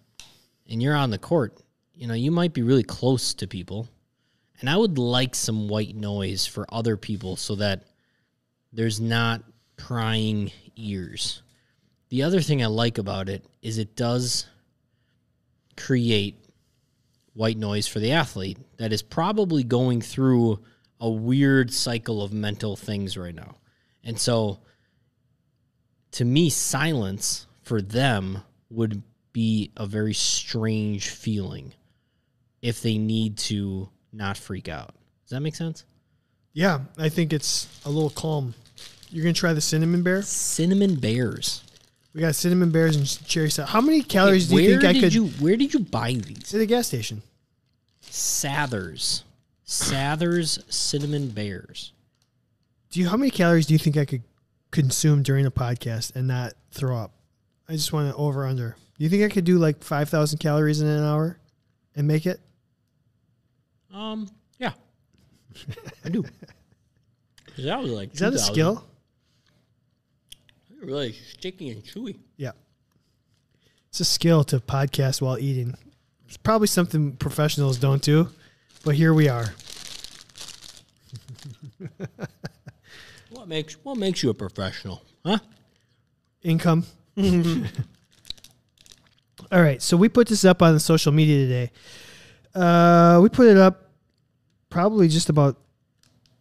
and you're on the court, you know, you might be really close to people. And I would like some white noise for other people so that there's not prying ears. The other thing I like about it is it does create white noise for the athlete that is probably going through a weird cycle of mental things right now. And so to me, silence for them would be a very strange feeling if they need to not freak out. Does that make sense?
Yeah, I think it's a little calm. You're gonna try the cinnamon bear.
Cinnamon bears.
We got cinnamon bears and cherry sour. How many calories do
where
you think I
did
could?
you where did you buy these?
It's at a gas station.
Sathers. Sathers cinnamon bears.
Do you? How many calories do you think I could consume during a podcast and not throw up? I just want to over under. Do you think I could do like five thousand calories in an hour and make it?
Um yeah. I do. 'Cause That was like
Is that a
2000.
skill?
Really sticky and chewy.
Yeah. It's a skill to podcast while eating. It's probably something professionals don't do, but here we are.
What makes what makes you a professional? Huh?
Income. All right, so we put this up on the social media today. Uh, we put it up probably just about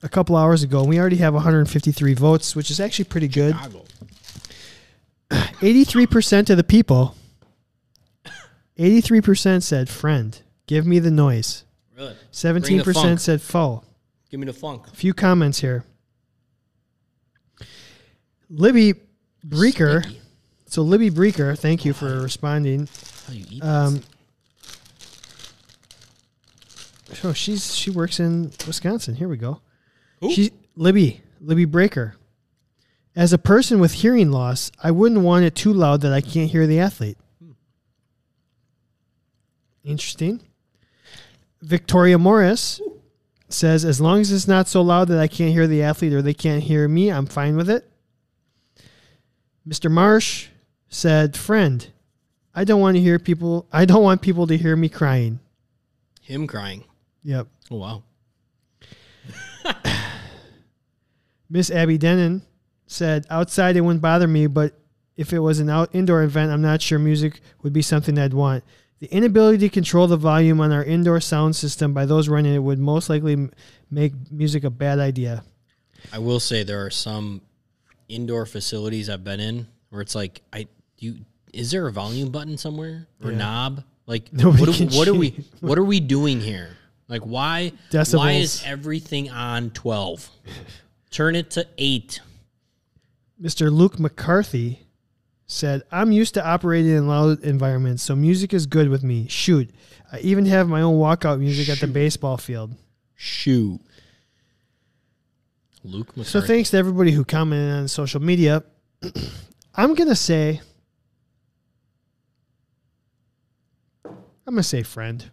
a couple hours ago, and we already have 153 votes, which is actually pretty good.
Chicago.
83% of the people, 83% said, friend, give me the noise.
Really?
17%
funk.
said, foe.
Give me the funk.
few comments here. Libby Breaker.
Sneaky.
So Libby Breaker, thank you for responding.
How you eat
Um, so she's she works in Wisconsin. Here we go.
Who?
She Libby Libby Breaker. As a person with hearing loss, I wouldn't want it too loud that I can't hear the athlete. Interesting. Victoria Morris says, as long as it's not so loud that I can't hear the athlete or they can't hear me, I'm fine with it. Mr. Marsh said, friend, I don't want to hear people. I don't want people to hear me crying.
him crying.
Yep.
Oh wow.
Miss Abby Denon said, outside it wouldn't bother me, but if it was an out indoor event, I'm not sure music would be something I'd want. The inability to control the volume on our indoor sound system by those running it would most likely m- make music a bad idea.
I will say there are some indoor facilities I've been in where it's like I you is there a volume button somewhere or knob? Like
Nobody
what, do,
can
what are we
change.
what are we doing here? Like why why is
Decibels.
everything on 12? Turn it to 8.
Mr. Luke McCarthy said, I'm used to operating in loud environments, so music is good with me. Shoot. I even have my own walkout music at the baseball field.
Shoot. Luke
So
McCarthy.
thanks to everybody who commented on social media. I'm gonna say, I'm gonna say friend.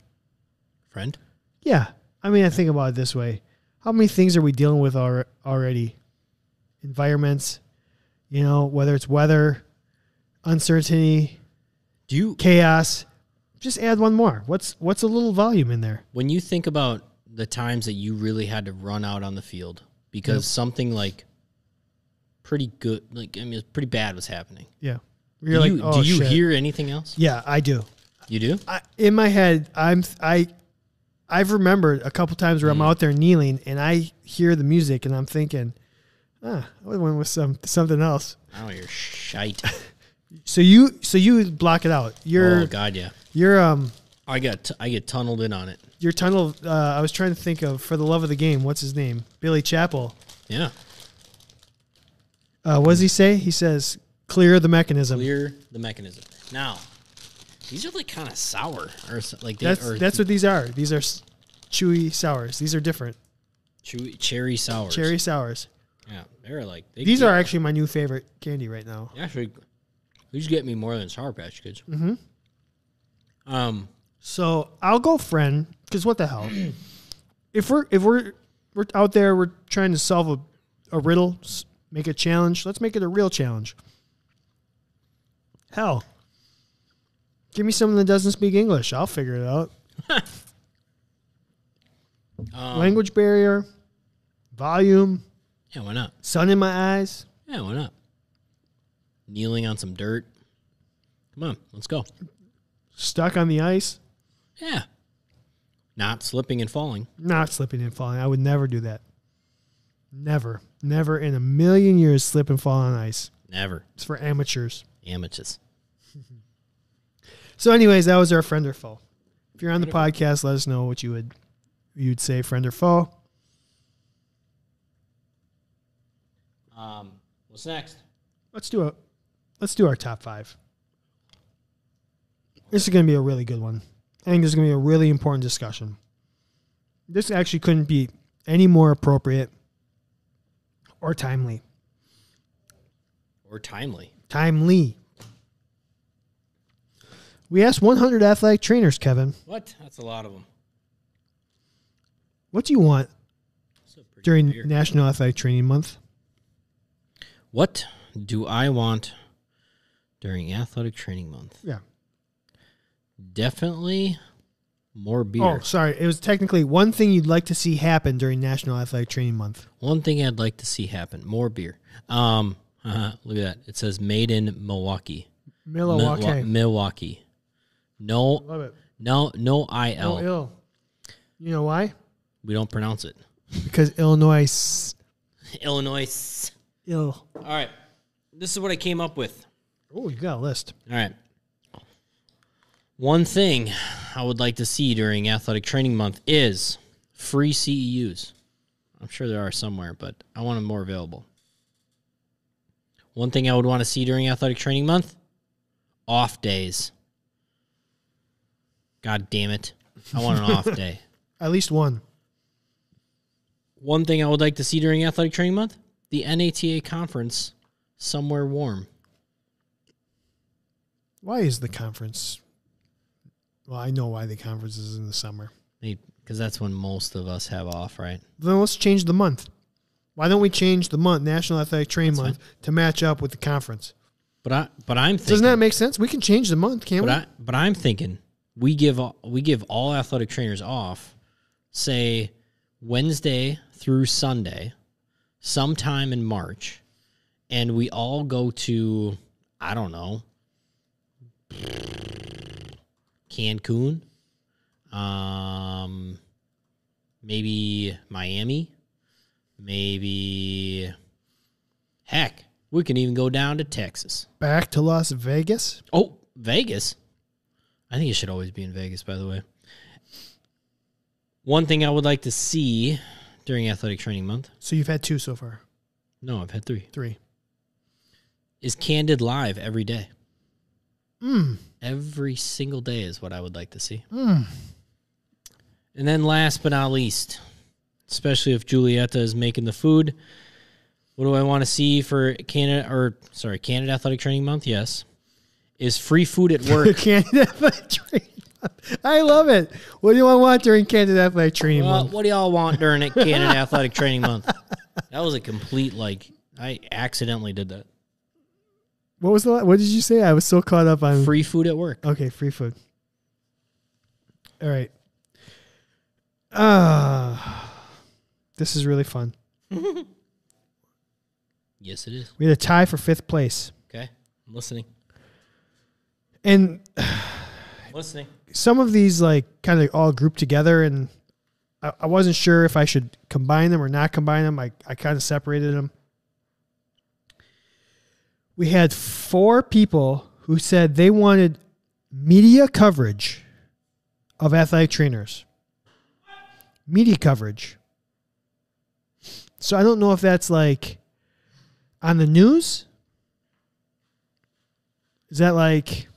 friend.
Yeah, I mean, I think about it this way: how many things are we dealing with alre- already? Environments, you know, whether it's weather, uncertainty,
Do you
chaos. Just add one more. What's what's a little volume in there?
when you think about the times that you really had to run out on the field because something like pretty good like I mean pretty bad was happening.
Yeah.
Do
You're like,
you,
"Oh,
do you
shit."
hear anything else?
Yeah, I do.
You do?
I, in my head, I'm I, I've remembered a couple times where I'm
Mm.
out there kneeling and I hear the music and I'm thinking, ah, I would have went with some something else.
Oh, you're shite.
So you so you block it out. Your
oh God, yeah.
your um
I got t- I get tunneled in on it.
your tunnel. Uh, I was trying to think of for the love of the game. What's his name? Billy Chappell.
Yeah,
Uh, what does he say? He says, "Clear the mechanism."
clear the mechanism. Now, these are like kind of sour or so- like they
That's
are
that's what these are. These are s- chewy sours. These are different.
chewy, cherry sour.
Cherry sours.
Yeah, they're like they
These
get-
are actually my new favorite candy right now.
actually. These get me more than sour patch kids. Mm-hmm. Um,
So I'll go friend because what the hell? if we're if we're we're out there, we're trying to solve a, a riddle, s- make a challenge. Let's make it a real challenge. Hell, give me someone that doesn't speak English. I'll figure it out. Language barrier, volume,
yeah, why not?
sun in my eyes.
Yeah, why not? Kneeling on some dirt. Come on, let's go.
Stuck on the ice,
Yeah. Not slipping and falling.
not slipping and falling. I would never do that. Never, never in a million years slip and fall on ice.
Never.
It's for amateurs.
Amateurs.
So, anyways, that was our friend or foe. If you're on the podcast, let us know what you would you'd say, friend or foe.
Um, what's next?
Let's do a let's do our top five. This is going to be a really good one. I think this is going to be a really important discussion. This actually couldn't be any more appropriate or timely.
Or timely.
Timely. We asked 100 athletic trainers, Kevin,
What? That's a lot of them.
what do you want during National Athletic Training Month?
What do I want during athletic training month?
Yeah.
Definitely more
Oh,
beer.
sorry. It was technically one thing you'd like to see happen during National Athletic Training Month.
One thing I'd like to see happen: more beer. Um, uh, look at that. It says "Made in Milwaukee."
Milwaukee.
Milwa- Milwaukee. No,
Love it.
no, no.
Oh,
Il.
ill. You know why?
We don't pronounce it.
Because Illinois s-
Illinois.
ill.
All right. This is what I came up with.
Oh, you got a list.
All right. One thing I would like to see during athletic training month is free CEUs. I'm sure there are somewhere, but I want them more available. One thing I would want to see during athletic training month off days. God damn it. I want an off day.
At least one.
One thing I would like to see during athletic training month the NATA conference somewhere warm.
Why is the conference? Well, I know why the conference is in the summer.
Because that's when most of us have off, right?
Then let's change the month. Why don't we change the month, National Athletic Training Month, to match up with the conference?
But I but I'm thinking
Doesn't that make sense? We can change the month, can't
But
we?
I but I'm thinking we give all, we give all athletic trainers off, say Wednesday through Sunday, sometime in March, and we all go to I don't know Cancun, um, maybe Miami, maybe heck, we can even go down to Texas.
Back to Las Vegas.
Oh, Vegas. I think it should always be in Vegas, by the way. One thing I would like to see during athletic training month.
So you've had two so far.
No, I've had three.
Three.
Is Candid live every day? Every single day is what I would like to see. And then last but not least, especially if Julieta is making the food, what do I want to see for Canada or sorry, Candid Athletic Training Month? Yes. Is free food at work.
Candidate Athletic Training Month. I love it. What do you want during Candidate Athletic Training
Well,
Month?
what do y'all want during it, Canada Athletic Training Month? That was a complete like I accidentally did that.
What was the la- what did you say? I was so caught up on
Free food at work.
Okay, free food. All right. Ah, this is really fun.
Yes, it is.
We had a tie for fifth place,
Okay, I'm listening.
and
Listening.
some of these like kind of all grouped together, and I, I wasn't sure if I should combine them or not combine them. I, I kind of separated them. We had four people who said they wanted media coverage of athletic trainers. Media coverage. So I don't know if that's like on the news. Is that like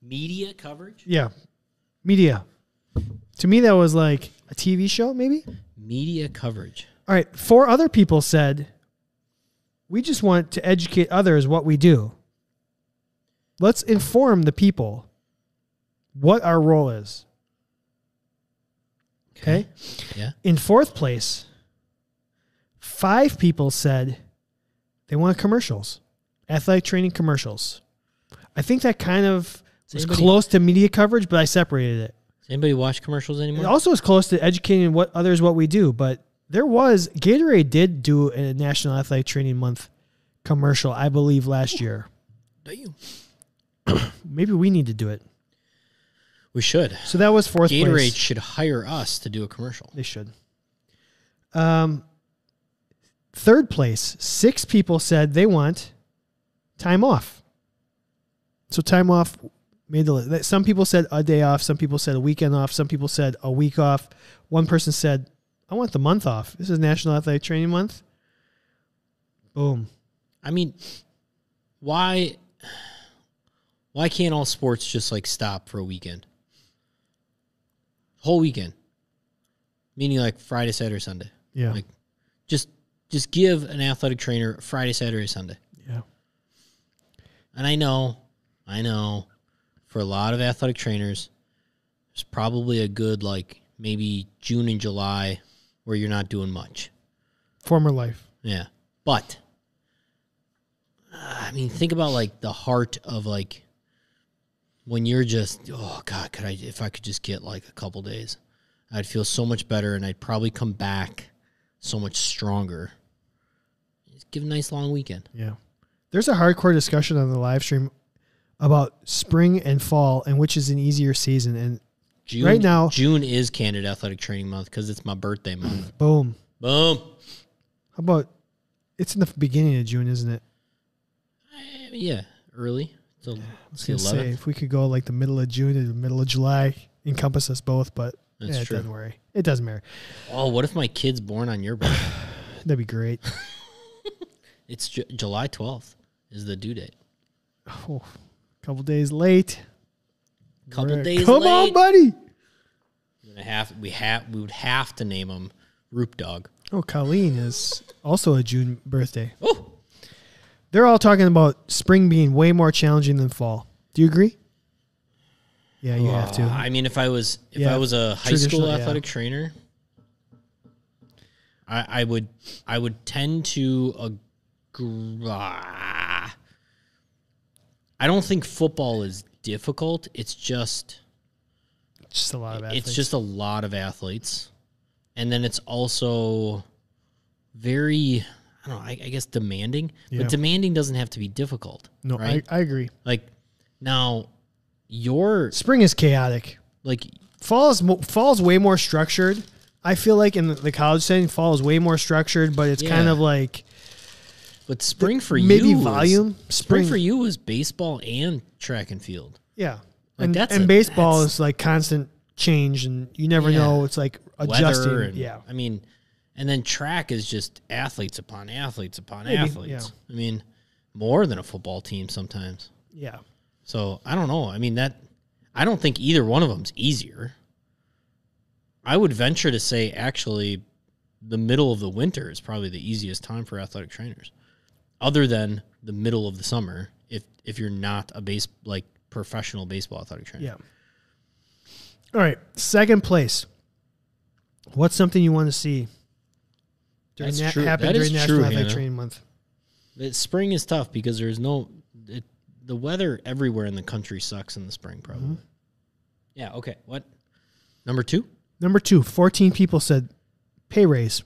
Media coverage.
yeah. Media. To me, that was like a TV show, maybe?
Media coverage.
All right. Four other people said, we just want to educate others what we do. Let's inform the people what our role is. Okay.
Yeah.
In fourth place, five people said they want commercials, athletic training commercials. I think that kind of was
anybody-
close to media coverage, but I separated it.
Does anybody watch commercials anymore?
It also is close to educating what others what we do, but there was Gatorade did do a National Athletic Training Month commercial, I believe, last year.
Damn.
Maybe we need to do it.
We should.
So that was fourth
Gatorade
place.
should hire us to do a commercial.
They should. Um, third place, six people said they want time off. So time off made the list. Some people said a day off. Some people said a weekend off. Some people said a week off. One person said, "I want the month off. This is National Athletic Training Month." Boom.
I mean, why why can't all sports just like stop for a weekend? Whole weekend. Meaning like Friday, Saturday, Sunday.
Yeah.
Like just just give an athletic trainer Friday, Saturday, Sunday.
yeah.
And I know, I know, for a lot of athletic trainers, it's probably a good like maybe June and July where you're not doing much.
Former life.
Yeah. But uh, I mean, think about like the heart of like when you're just oh god, could I if I could just get like a couple days, I'd feel so much better and I'd probably come back so much stronger. Just give a nice long weekend.
Yeah. There's a hardcore discussion on the live stream about spring and fall and which is an easier season. And
June,
Right now-
June is Candid Athletic Training Month because it's my birthday month.
boom.
Boom.
How about it's in the beginning of June, isn't it?
Eh, Yeah, early. So it's the
gonna say
11th.
if we could go like the middle of June to the middle of July, encompass us both, but
That's
yeah, it
true.
doesn't worry. It doesn't matter.
Oh, what if my kid's born on your birthday?
That'd be great.
it's Ju- July 12th is the due date.
oh, couple days late.
Couple
Right.
days
Come
late.
on, buddy.
We're gonna have- we have we would have to name him Roop Dog.
Oh, Colleen is also a June birthday.
Oh,
They're all talking about spring being way more challenging than fall. Do you agree? Yeah, you have to.
Uh, I mean, if I was if
Yeah,
I was a high
traditional,
school
yeah.
athletic trainer, I, I would I would tend to agree. I don't think football is difficult. It's just
just a lot of athletes.
it's just a lot of athletes, and then it's also very I don't know. I, I guess demanding,
Yeah.
but demanding doesn't have to be difficult.
no.
right?
I, I agree.
Like now, your
Spring is chaotic.
like
Fall's mo- fall's way more structured. I feel like in the- the college setting, fall is way more structured, but it's kind
Yeah.
of like
but spring for
maybe
you was-
volume.
Spring,
Spring,
for you was baseball and track and field.
yeah.
Like,
and
that's
and
a-
baseball
that's-
is like constant change, and you never
Yeah.
know. It's like adjusting.
Weather and
yeah,
I mean, and then track is just athletes upon athletes upon
Maybe,
athletes. I mean, more than a football team sometimes.
yeah.
So I don't know. I mean that I don't think either one of them's easier. I would venture to say actually the middle of the winter is probably the easiest time for athletic trainers. Other than the middle of the summer if if you're not a base like professional baseball athletic trainer.
Yeah. All right. Second place. What's something you want to see during
That's
that
true.
happen
That
during
is
National
true,
Athletic
Hannah.
Training Month?
It, spring is tough because there's no it, the weather everywhere in the country sucks in the spring probably.
Mm-hmm.
Yeah, okay. What? Number 2?
Number two, 14 people said pay raise.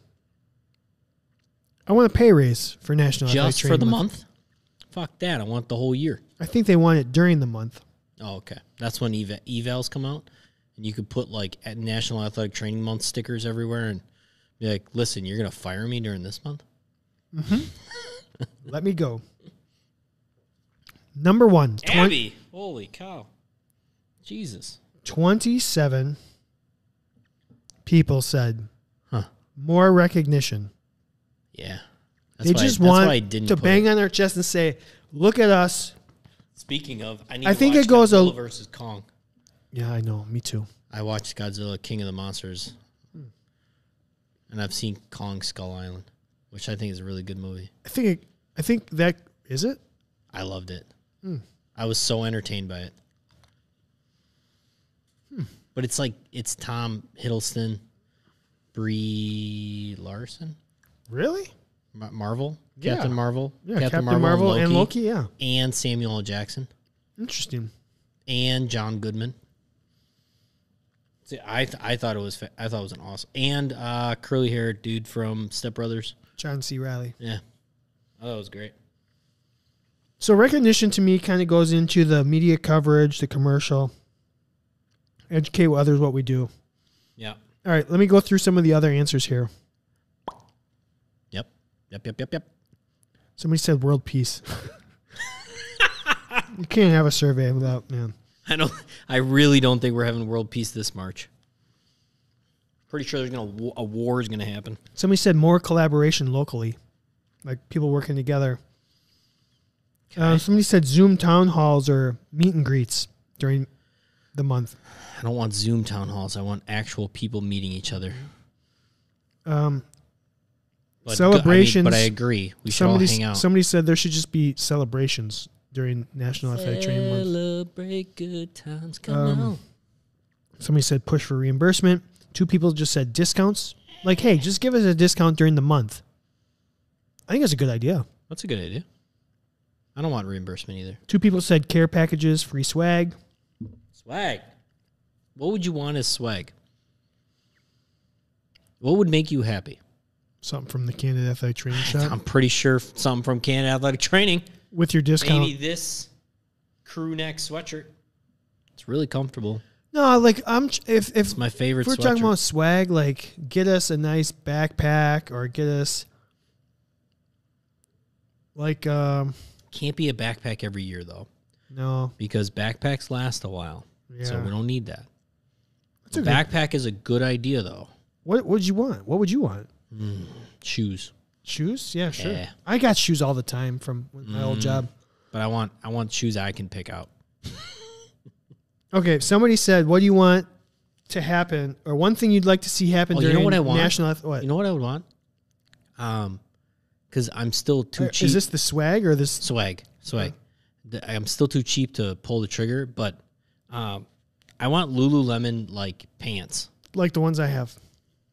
I want a pay raise for National Athletic
Just
Training
for the month? Fuck that. I want the whole year.
I think they want it during the month.
Oh, okay. That's when eva- evals come out, and you could put like at National Athletic Training Month stickers everywhere, and be like, "Listen, you're gonna fire me during this month."
Let me go. Number one, twen-
Abby, holy cow, Jesus!
27 people said
Huh.
more recognition.
Yeah, that's
They
why
just
I, that's
want
why I didn't
to
put
bang
It.
on their chest and say, look at us.
Speaking of, I, need
I
to
think
watch
it goes a-
Godzilla versus Kong.
Yeah, I know. Me too.
I watched Godzilla King of the Monsters, and I've seen Kong Skull Island, which I think is a really good movie.
I think it, I think that is it.
I loved it.
Hmm.
I was so entertained by it.
Hmm.
But it's like it's Tom Hiddleston, Brie Larson,
Really?
Ma- Marvel,
Yeah.
Captain Marvel,
Yeah, Captain, Marvel, and Loki. Yeah,
and Samuel L. Jackson,
interesting.
and John Goodman. It's Th- I th- I thought it was fa- I thought it was an awesome and uh, curly haired dude from Step Brothers.
John C. Riley.
Yeah, I thought it was great.
So recognition to me kind of goes into the media coverage, the commercial, educate others what we do.
Yeah.
All right, let me go through some of the other answers here.
Yep. Yep. Yep. Yep. Yep.
Somebody said world peace. you can't have a survey without man.
I don't. I really don't think we're having world peace this March. Pretty sure there's gonna wa- a war is gonna happen.
Somebody said more collaboration locally, like people working together. Uh, somebody said Zoom town halls or meet and greets during the month.
I don't want Zoom town halls. I want actual people meeting each other.
Um,
But go- I mean,
Celebrations.
but I agree. We should all
somebody,
hang out.
somebody said there should just be celebrations during National Athletic Training Month. Um,
Celebrate good times. Come on.
Somebody said push for reimbursement. Two people just said discounts. Like, hey, just give us a discount during the month. I think that's a good idea.
That's a good idea. I don't want reimbursement either.
Two people said care packages, free swag.
Swag. What would you want as swag? What would make you happy?
Something from the Canada Athletic Training Shop
I'm pretty sure something from Canada Athletic Training.
with your discount.
Maybe this crew neck sweatshirt. It's really comfortable.
No, like I'm ch- if if,
It's my favorite
if we're
sweatshirt.
talking about swag, like get us a nice backpack or get us like um
Can't be a backpack every year though,
no
because backpacks last a while. So
Yeah.
we don't need that.
That's a good-
backpack is a good idea though.
what would you want? What would you want?
Shoes.
Shoes? Yeah, sure.
Yeah. Mm.
I got shoes all the time from my old job.
But I want I want shoes I can pick out.
Okay, somebody said, "What do you want to happen, or one thing you'd like to see happen
Oh, you know
during
what I want?
national ath- what?
You know what I would want? Um, because I'm still too cheap.
Is this the swag or this?
swag? Swag. The- I'm still too cheap to pull the trigger, but um, I want Lululemon like pants.
Like the ones I have?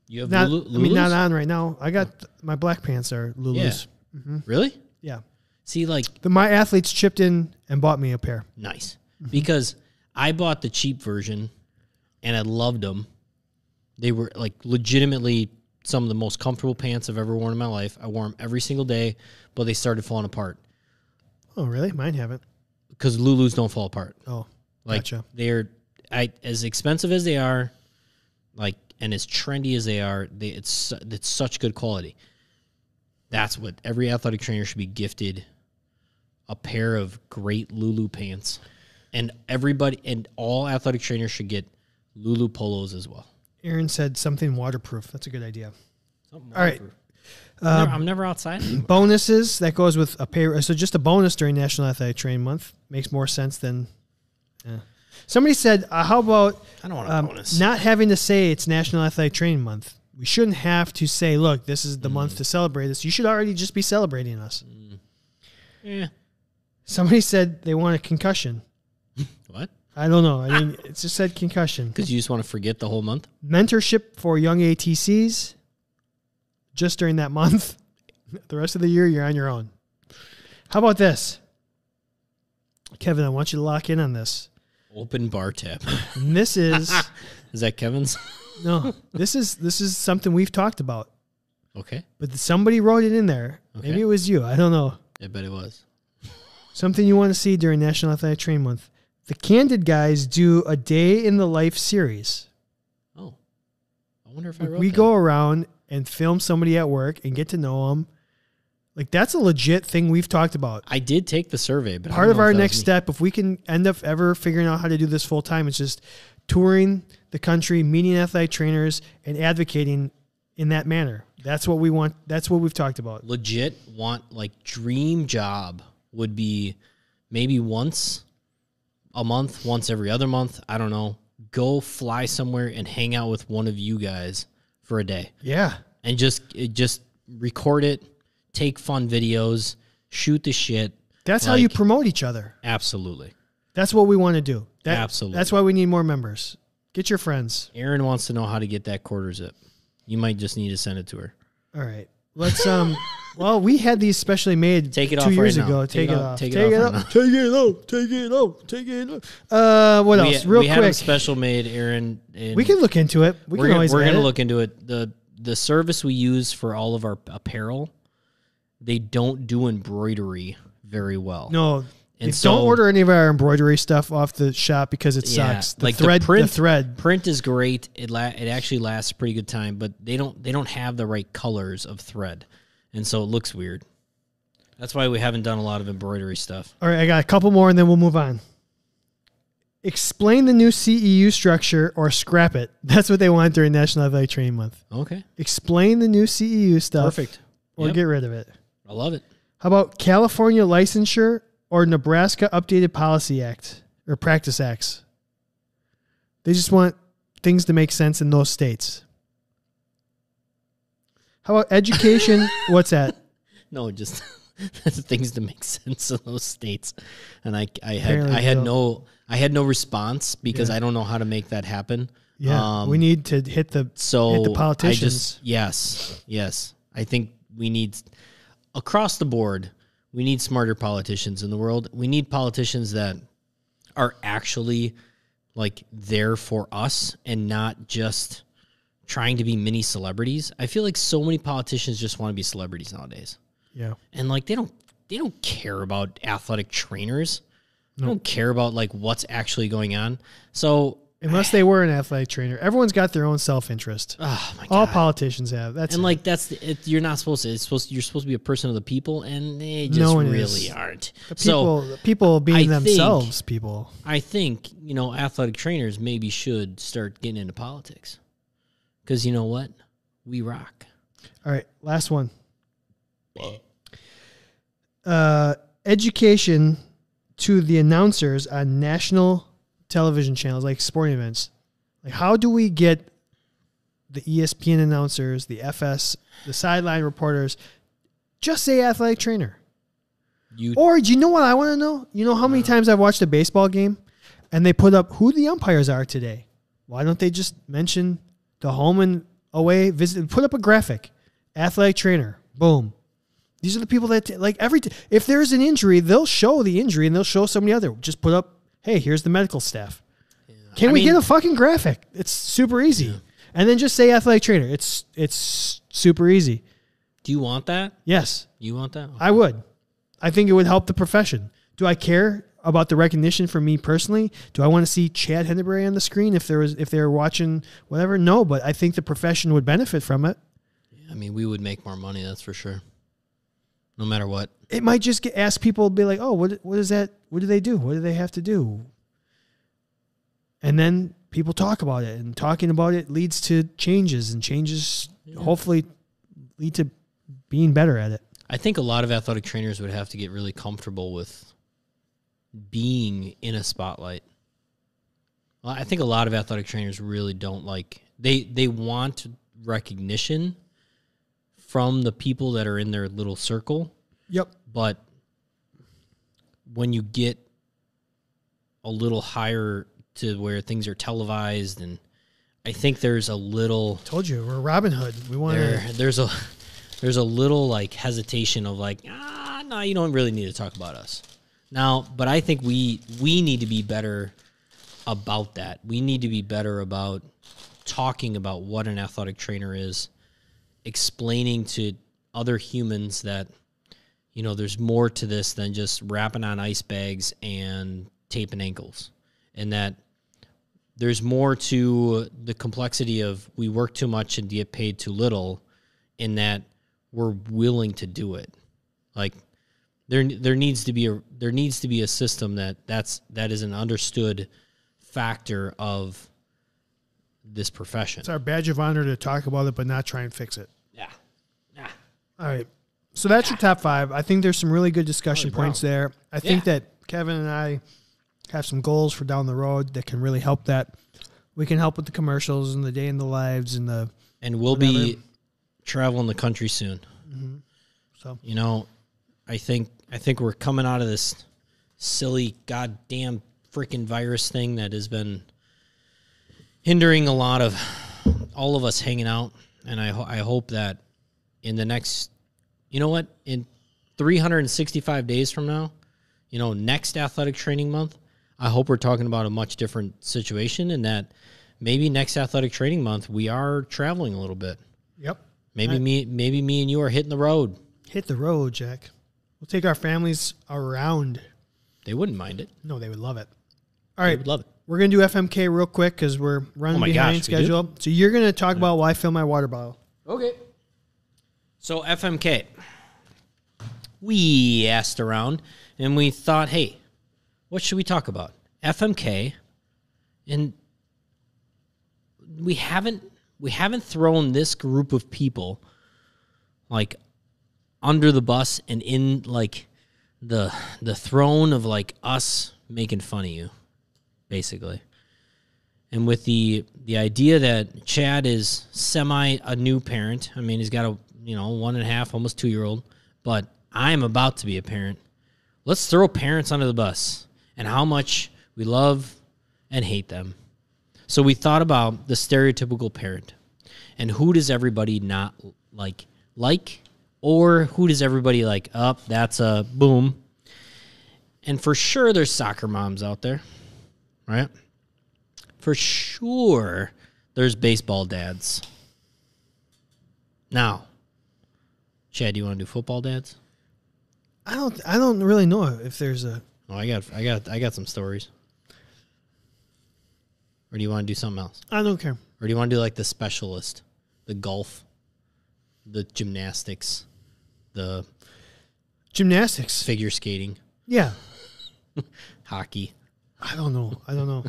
You have
Not,
Lulu-
I mean, not
Lulus? Oh.
on right now. I got my black pants are
Yeah.
Lulus.
Really?
Yeah,
See, like
The, my athletes chipped in and bought me a pair.
nice
Mm-hmm.
because I bought the cheap version, and I loved them. They were like legitimately some of the most comfortable pants I've ever worn in my life. I wore them every single day, but they started falling apart
Oh, really? Mine haven't.
because Lulus don't fall apart.
Oh,
Like
Gotcha.
they're I as expensive as they are, like and as trendy as they are, they, it's su- it's such good quality. That's what every athletic trainer should be gifted a pair of great Lulu pants. And everybody and all athletic trainers should get Lulu polos as well.
Aaron said something waterproof. That's a good idea.
Something
All right.
waterproof.
Um,
I'm never- I'm never outside. anymore.
Bonuses that goes with a pay. So just a bonus during National Athletic Training Month makes more sense than. yeah. Somebody said, uh, "How about
I don't want a
um,
bonus.
not having to say it's National Athletic Training Month. We shouldn't have to say, look, this is
Mm.
the month to celebrate this. You should already just be celebrating us.
Eh.
Somebody said they want a concussion.
What?
I don't know. I mean, it just said concussion.
Because you just want to forget the whole month?
Mentorship for young ATCs just during that month. The rest of the year, you're on your own. How about this? Kevin, I want you to lock in on this.
Open bar tab.
And this is
Is that Kevin's?
no, this is this is something we've talked about.
okay.
But somebody wrote it in there.
Okay.
Maybe it was you. I don't know.
I bet it was.
Something you want to see during National Athletic Training Month. The Candid guys do a day in the life series.
Oh, I wonder if I wrote
We
that.
go around and film somebody at work and get to know them. Like that's a legit thing we've talked about.
I did take the survey, but I
Part
don't
of
know if
our
that was
next
me.
step, if we can end up ever figuring out how to do this full time, is just touring the country, meeting athletic trainers, and advocating in that manner. That's what we want. That's what we've talked about.
legit want like dream job would be maybe once a month, once every other month. I don't know. Go fly somewhere and hang out with one of you guys for a day,
Yeah.
and just it, just record it, take fun videos, shoot the shit.
That's how you
Like-
promote each other.
Absolutely.
That's what we want to do. That,
Absolutely.
That's why we need more members. Get your friends.
Aaron wants to know how to get that quarter zip. You might just need to send it to her.
All right. Let's um Well, we had these specially made
Take it
two
off
years
right now.
ago. Take, it off. Take it
right now.
off. Take it off. Take it off. Take it off. Uh, what
we,
else? Real
we had them
quick,
special made, Aaron. And
we can look into it. We
we're
can
gonna,
always.
we're gonna
edit.
look into it. the The service we use for all of our apparel, they don't do embroidery very well.
No.
And
if-
so-
don't order any of our embroidery stuff off the shop because it sucks. The
like
thread,
the print
thread.
print is great. It la- it actually lasts a pretty good time, but they don't they don't have the right colors of thread, and so it looks weird. That's why we haven't done a lot of embroidery stuff.
All right, I got a couple more and then we'll move on. Explain the new CEU structure or scrap it. That's what they want during National Athletic Training Month.
Okay,
Explain the new CEU stuff.
perfect.
Or
Yep.
get rid of it.
I love it.
How about California Licensure or Nebraska Updated Policy Act or Practice Acts? They just want things to make sense in those states. How about education? What's that?
No, just things to make sense in those states, and I I had
Apparently
I had
so.
no I had no response because I don't know how to make that happen.
Yeah,
Um,
we need to hit the
so
hit the
I
politicians.
just yes, yes. I think we need across the board. We need smarter politicians in the world. We need politicians that are actually like there for us and not just trying to be mini celebrities. I feel like so many politicians just want to be celebrities nowadays
yeah,
and like they don't they don't care about athletic trainers. They don't care about like what's actually going on. So,
unless they were an athletic trainer, everyone's got their own self interest.
oh my
All
god.
politicians have. That's
and
it.
like that's the, it, you're not supposed to. It's supposed you're supposed to be a person of the people, and they just
No one
really
is.
aren't.
people,
So
people being
I think-
themselves. people.
I think you know athletic trainers maybe should start getting into politics, because you know what, we rock.
All right, last one. Uh, education to the announcers on national television channels like sporting events. Like, how do we get the E ESPN announcers, the FS, the sideline reporters, just say athletic trainer?
You
Or do you know what I want to know? You know how many times I've watched a baseball game and they put up who the umpires are today? Why don't they just mention the home and away visit? Put up a graphic, athletic trainer, boom. These are the people that like every t- if there's an injury, they'll show the injury and they'll show somebody other. Just put up, hey, here's the medical staff. Can
I
we
mean-
get a fucking graphic? It's super easy. And then just say athletic trainer. It's it's super easy.
do you want that?
Yes.
You want that? Oh,
I would. I think it would help the profession. Do I care about the recognition for me personally? Do I want to see Chad Henderberry on the screen if there was if they were watching whatever? No, but I think the profession would benefit from it.
I mean, we would make more money, that's for sure. No matter what.
It might just get ask people be like, oh, what what is that? What do they do? What do they have to do? And then people talk about it, and talking about it leads to changes, and changes hopefully lead to being better at it.
I think a lot of athletic trainers would have to get really comfortable with being in a spotlight. Well, I think a lot of athletic trainers really don't like they they want recognition from the people that are in their little circle,
Yep.
but when you get a little higher to where things are televised and I think there's a little
Told you we're Robin Hood. We want
there
to.
there's a there's a little like hesitation of like ah no you don't really need to talk about us now but i think we we need to be better about that we need to be better about talking about what an athletic trainer is explaining to other humans that you know there's more to this than just wrapping on ice bags and taping ankles and that there's more to the complexity of we work too much and get paid too little in that we're willing to do it like there there needs to be a there needs to be a system that that's that is an understood factor of this profession
It's our badge of honor to talk about it, but not try and fix it.
yeah
All right. So that's your top five. I think there's some really good discussion points there. I think
Yeah.
that Kevin and I have some goals for down the road that can really help that. We can help with the commercials and the day in the lives and the
and we'll be traveling the country soon
So-
you know i think i think we're coming out of this silly goddamn freaking virus thing that has been hindering a lot of all of us hanging out and i, ho- I hope that in the next you know what? In 365 days from now, you know, next athletic training month, I hope we're talking about a much different situation and that maybe next athletic training month we are traveling a little bit.
Yep.
Maybe me maybe me and you are hitting the road.
Hit the road, Jack. We'll take our families around.
They wouldn't mind it.
No, they would love it. All
They
right.
would love it.
We're going to do FMK real quick because we're running
Oh my
behind
gosh, we do?
schedule. So you're going to talk about why I fill my water bottle.
Okay. So FMK, we asked around and we thought, hey, what should we talk about? FMK, and we haven't we haven't thrown this group of people like under the bus and in like the the throne of like us making fun of you, basically and with the the idea that Chad is semi a new parent. I mean, he's got a you know one and a half, almost two year old, but I'm about to be a parent. Let's throw parents under the bus and how much we love and hate them. So we thought about the stereotypical parent and who does everybody not like like or who does everybody like up that's a boom and for sure there's soccer moms out there right for sure there's baseball dads. Now, Chad, do you want to do football dads?
I don't. I don't really know if there's a.
Oh, I got, I got, I got some stories. Or do you want to do something else?
I don't care.
Or do you want to do like the specialist, the golf, the gymnastics, the
Gymnastics.
figure skating,
Yeah.
hockey?
I don't know. I don't know.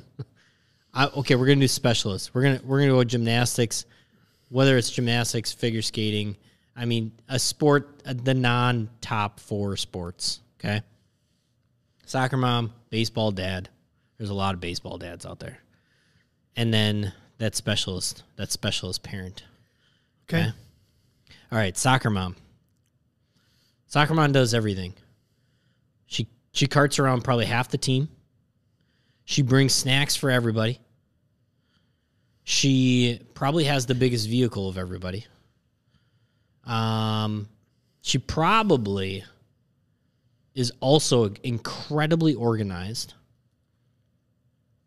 I, okay, we're gonna do specialists. We're gonna we're gonna go with gymnastics, whether it's gymnastics, figure skating. I mean, a sport, uh, the non top four sports. Okay, soccer mom, baseball dad. There's a lot of baseball dads out there, and then that specialist, that specialist parent.
Okay.
Okay. All right, soccer mom. Soccer mom does everything. She she carts around probably half the team. She brings snacks for everybody. She probably has the biggest vehicle of everybody. Um, she probably is also incredibly organized.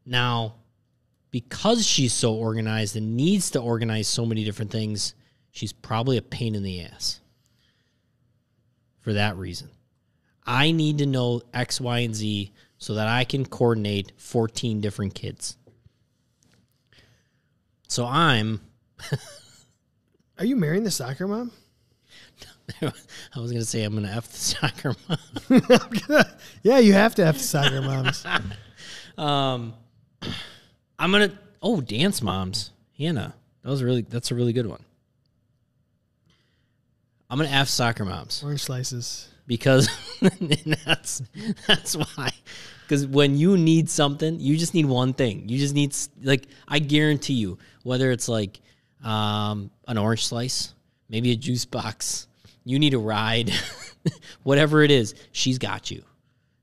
Now, because she's so organized and needs to organize so many different things, she's probably a pain in the ass for that reason. I need to know X, Y, and Z so that I can coordinate 14 different kids. So I'm,
Are you marrying the soccer mom?
I was going to say, I'm going to F the soccer mom.
yeah, you have to have the soccer moms.
I'm going to, oh, Dance Moms. Hannah. That was really, that's a really good one. I'm going to F soccer moms.
Orange slices.
because and that's that's why because when you need something you just need one thing you just need s- like i guarantee you whether it's like um, an orange slice maybe a juice box you need a ride whatever it is she's got you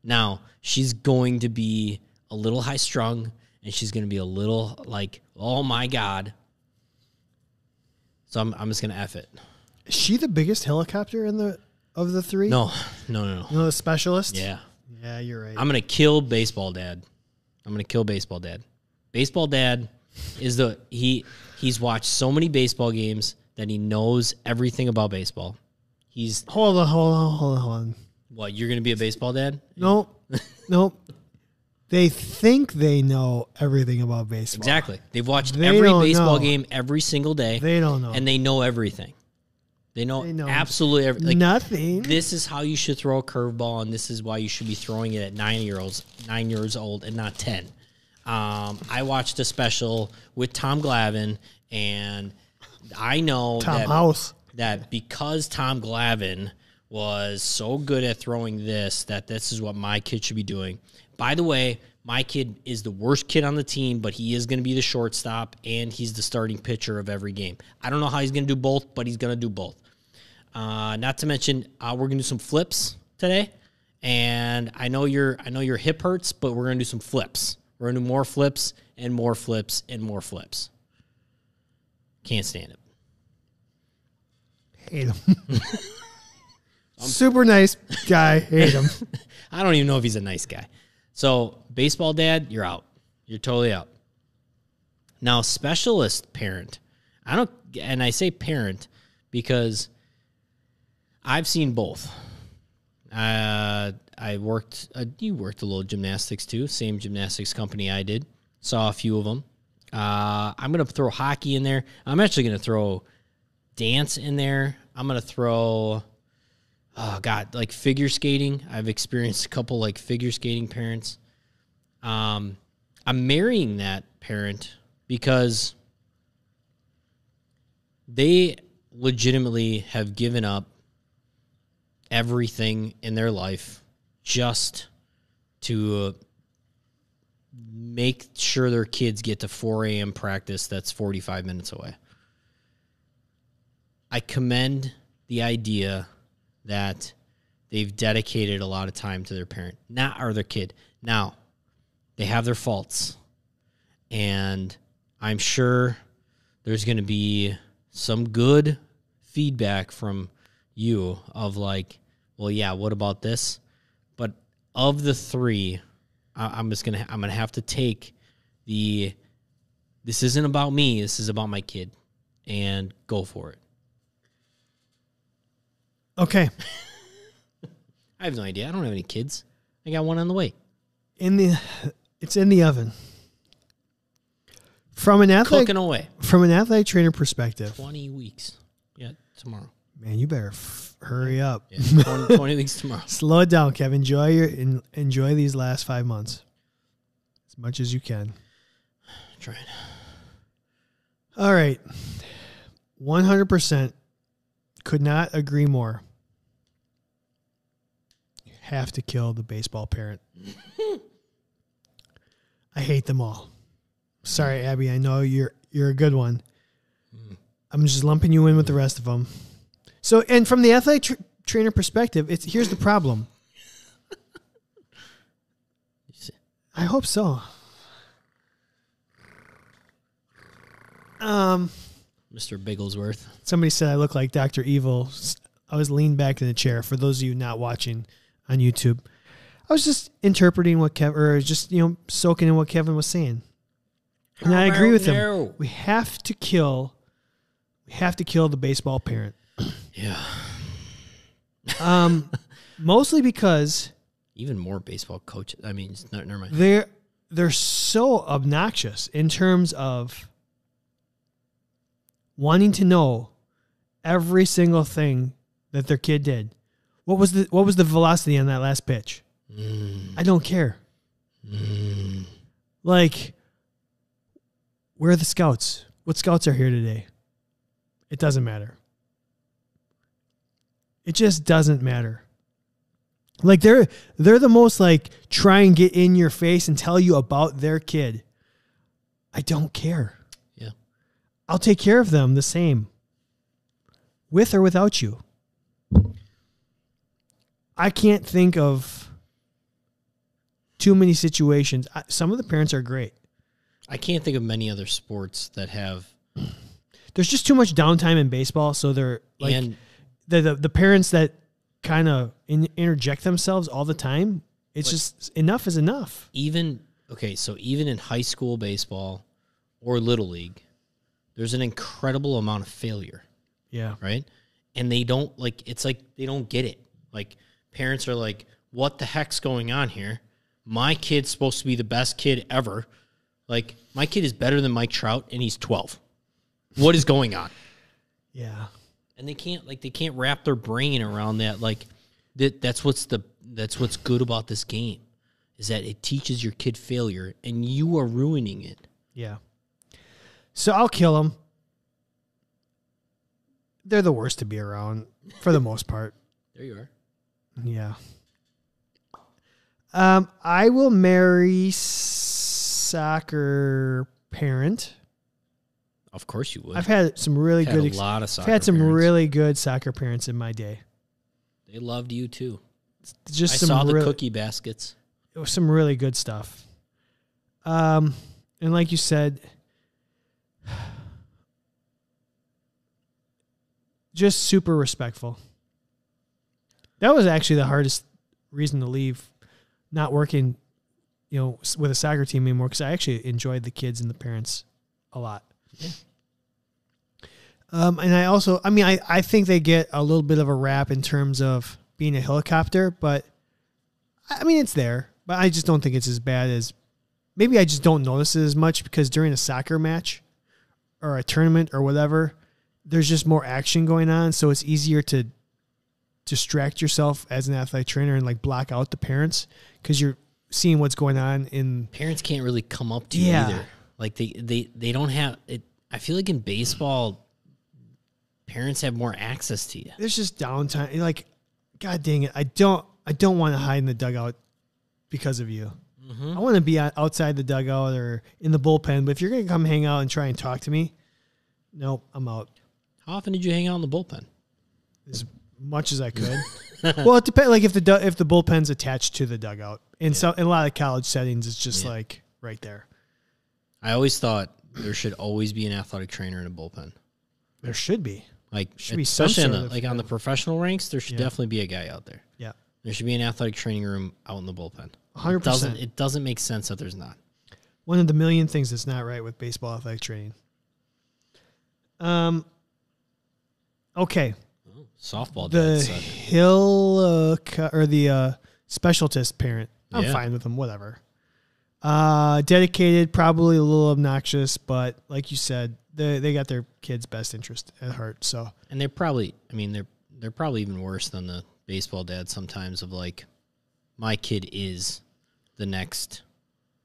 now she's going to be a little high strung and she's going to be a little like oh my god so i'm, I'm just going to f it
Is she the biggest helicopter in the of the three?
no no no no
You know the specialist?
yeah
Yeah, you're right.
I'm gonna kill baseball dad. I'm gonna kill baseball dad. Baseball dad is the he he's watched so many baseball games that he knows everything about baseball. He's
hold on, hold on, hold on, hold on.
what you're gonna be a baseball dad?
No, no. They think they know everything about baseball.
Exactly. They've watched
They
every
don't
baseball
know.
game every single day.
They don't know.
and they know everything. They know,
They know.
absolutely everything. Like,
Nothing.
this is how you should throw a curveball, and this is why you should be throwing it at nine year olds, nine years old, and not ten. Um, I watched a special with Tom Glavine, and I know
Tom
that,
House.
that because Tom Glavine was so good at throwing this, that this is what my kid should be doing. By the way, my kid is the worst kid on the team, but he is going to be the shortstop, and he's the starting pitcher of every game. I don't know how he's going to do both, but he's going to do both. Uh, not to mention, uh, we're gonna do some flips today, and I know your I know your hip hurts, but we're gonna do some flips. We're gonna do more flips and more flips and more flips. Can't stand it.
Hate 'em. Super nice guy. Hate him.
I don't even know if he's a nice guy. So, baseball dad, you're out. You're totally out. Now, specialist parent, I don't, and I say parent because I've seen both. Uh, I worked, uh, you worked a little gymnastics too, same gymnastics company I did. Saw a few of them. Uh, I'm going to throw hockey in there. I'm actually going to throw dance in there. I'm going to throw oh god like figure skating i've experienced a couple like figure skating parents um i'm marrying that parent because they legitimately have given up everything in their life just to uh, make sure their kids get to 4 a.m practice that's 45 minutes away I commend the idea that they've dedicated a lot of time to their parent, not or their kid. Now, they have their faults, and I'm sure there's going to be some good feedback from you of like, well, yeah, what about this? But of the three, I, I'm just gonna I'm gonna have to take the. This isn't about me. This is about my kid, and go for it.
Okay.
I have no idea. I don't have any kids. I got one on the way.
In the it's in the oven. From an athletic
Cooking away.
from an athletic trainer perspective,
20 weeks. Yeah, tomorrow.
man, you better f- hurry up.
Yeah, 20, 20 weeks tomorrow.
Slow it down, Kev. Enjoy your en- enjoy these last five months as much as you can.
Trying.
All right, one hundred percent. Could not agree more. You have to kill the baseball parent. I hate them all. Sorry, Abby. I know you're you're a good one. I'm just lumping you in with the rest of them. So, and from the athletic tr- trainer perspective, it's here's the problem. I hope so. Um.
Mr. Bigglesworth.
Somebody said I look like Dr. Evil. I was leaned back in the chair. For those of you not watching on YouTube, I was just interpreting what Kevin, or just, you know, soaking in what Kevin was saying. And I agree with him.
No.
We have to kill, we have to kill the baseball parent.
Yeah.
Um, mostly because
Even more baseball coaches. I mean, it's not, never mind.
they're they're so obnoxious in terms of wanting to know every single thing that their kid did. What was the what was the velocity on that last pitch? I don't care. Like, where are the scouts? What scouts are here today? It doesn't matter. It just doesn't matter. Like they're they're the most like try and get in your face and tell you about their kid. I don't care.
Yeah.
I'll take care of them the same. With or without you. I can't think of too many situations. I, some of the parents are great.
I can't think of many other sports that have.
There's just too much downtime in baseball, so they're like
and
the, the the parents that kind of in, interject themselves all the time. It's
Like-
just enough is enough.
even, okay, so even in high school baseball or Little League, there's an incredible amount of failure.
Yeah.
right? And they don't like it's like they don't get it. Like parents are like, "What the heck's going on here? My kid's supposed to be the best kid ever. Like my kid is better than Mike Trout and he's 12. What is going on?"
Yeah.
And they can't like they can't wrap their brain around that like that that's what's the that's what's good about this game is that it teaches your kid failure and you are ruining it.
Yeah. So I'll kill them. They're the worst to be around for the most part.
There you are.
Yeah. Um, I will marry soccer parent.
Of course you would.
I've had some really
Had
good.
a
ex-
lot of
I've
soccer
had some
parents.
really good soccer parents in my day.
they loved you too.
Just
I
some
saw the
really,
cookie baskets.
it was some really good stuff. Um, and like you said, just super respectful. That was actually the hardest reason to leave, not working, you know, s- with a soccer team anymore because I actually enjoyed the kids and the parents a lot. Um, and I also, I mean, I, I think they get a little bit of a rap in terms of being a helicopter, but I I mean, it's there, but I just don't think it's as bad as maybe I just don't notice it as much because during a soccer match or a tournament or whatever, there's just more action going on. So it's easier to distract yourself as an athletic trainer and like block out the parents because you're seeing what's going on in
parents can't really come up to you
Yeah.
either. Like they they they don't have it. I feel like in baseball, parents have more access to you.
there's just downtime. You're Like, god dang it, I don't I don't want to hide in the dugout because of you. I want to be o- outside the dugout or in the bullpen. But if you're gonna come hang out and try and talk to me, nope, I'm out
How often did you hang out in the bullpen?
as much as I could. well, it depends. Like if the du- if the bullpen's attached to the dugout, in so in a lot of college settings, it's just
Yeah.
like right there.
I always thought there should always be an athletic trainer in a bullpen.
There should be.
Like
Should be some
especially in
sort
the,
of-
like on the professional ranks, there should
Yeah.
definitely be a guy out there.
Yeah,
There should be an athletic training room out in the bullpen.
hundred
It doesn't
percent.
it doesn't make sense that there's not.
One of the million things that's not right with baseball athletic training. Um. Okay,
Softball
the
dad said.
hill or the uh, specialist parent. I'm
Yeah.
fine with them, whatever. Uh, dedicated, probably a little obnoxious, but like you said, they they got their kids' best interest at heart. So
And they're probably I mean they're they're probably even worse than the baseball dad sometimes of like my kid is the next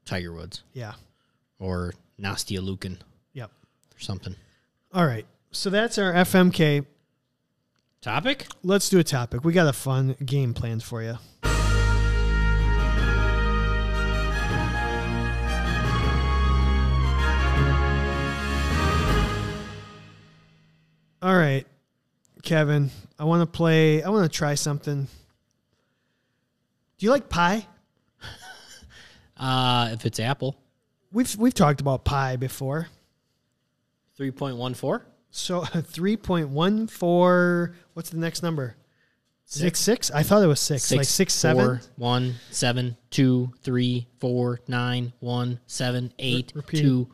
Tiger Woods
yeah,
or Nastia Lukin
yep.
or something.
All right, so that's our FMK.
Topic?
Let's do a topic. We got a fun game planned for you. All right, Kevin, I want to play, I want to try something. Do you like pie?
Uh if it's Apple,
We've we've talked about pie before.
three point one four?
So 3.14 what's the next number? 6 6? I thought it was 6. like 6 7.
four, one, seven, two, three, four, nine, one, seven, eight,
repeat.
two.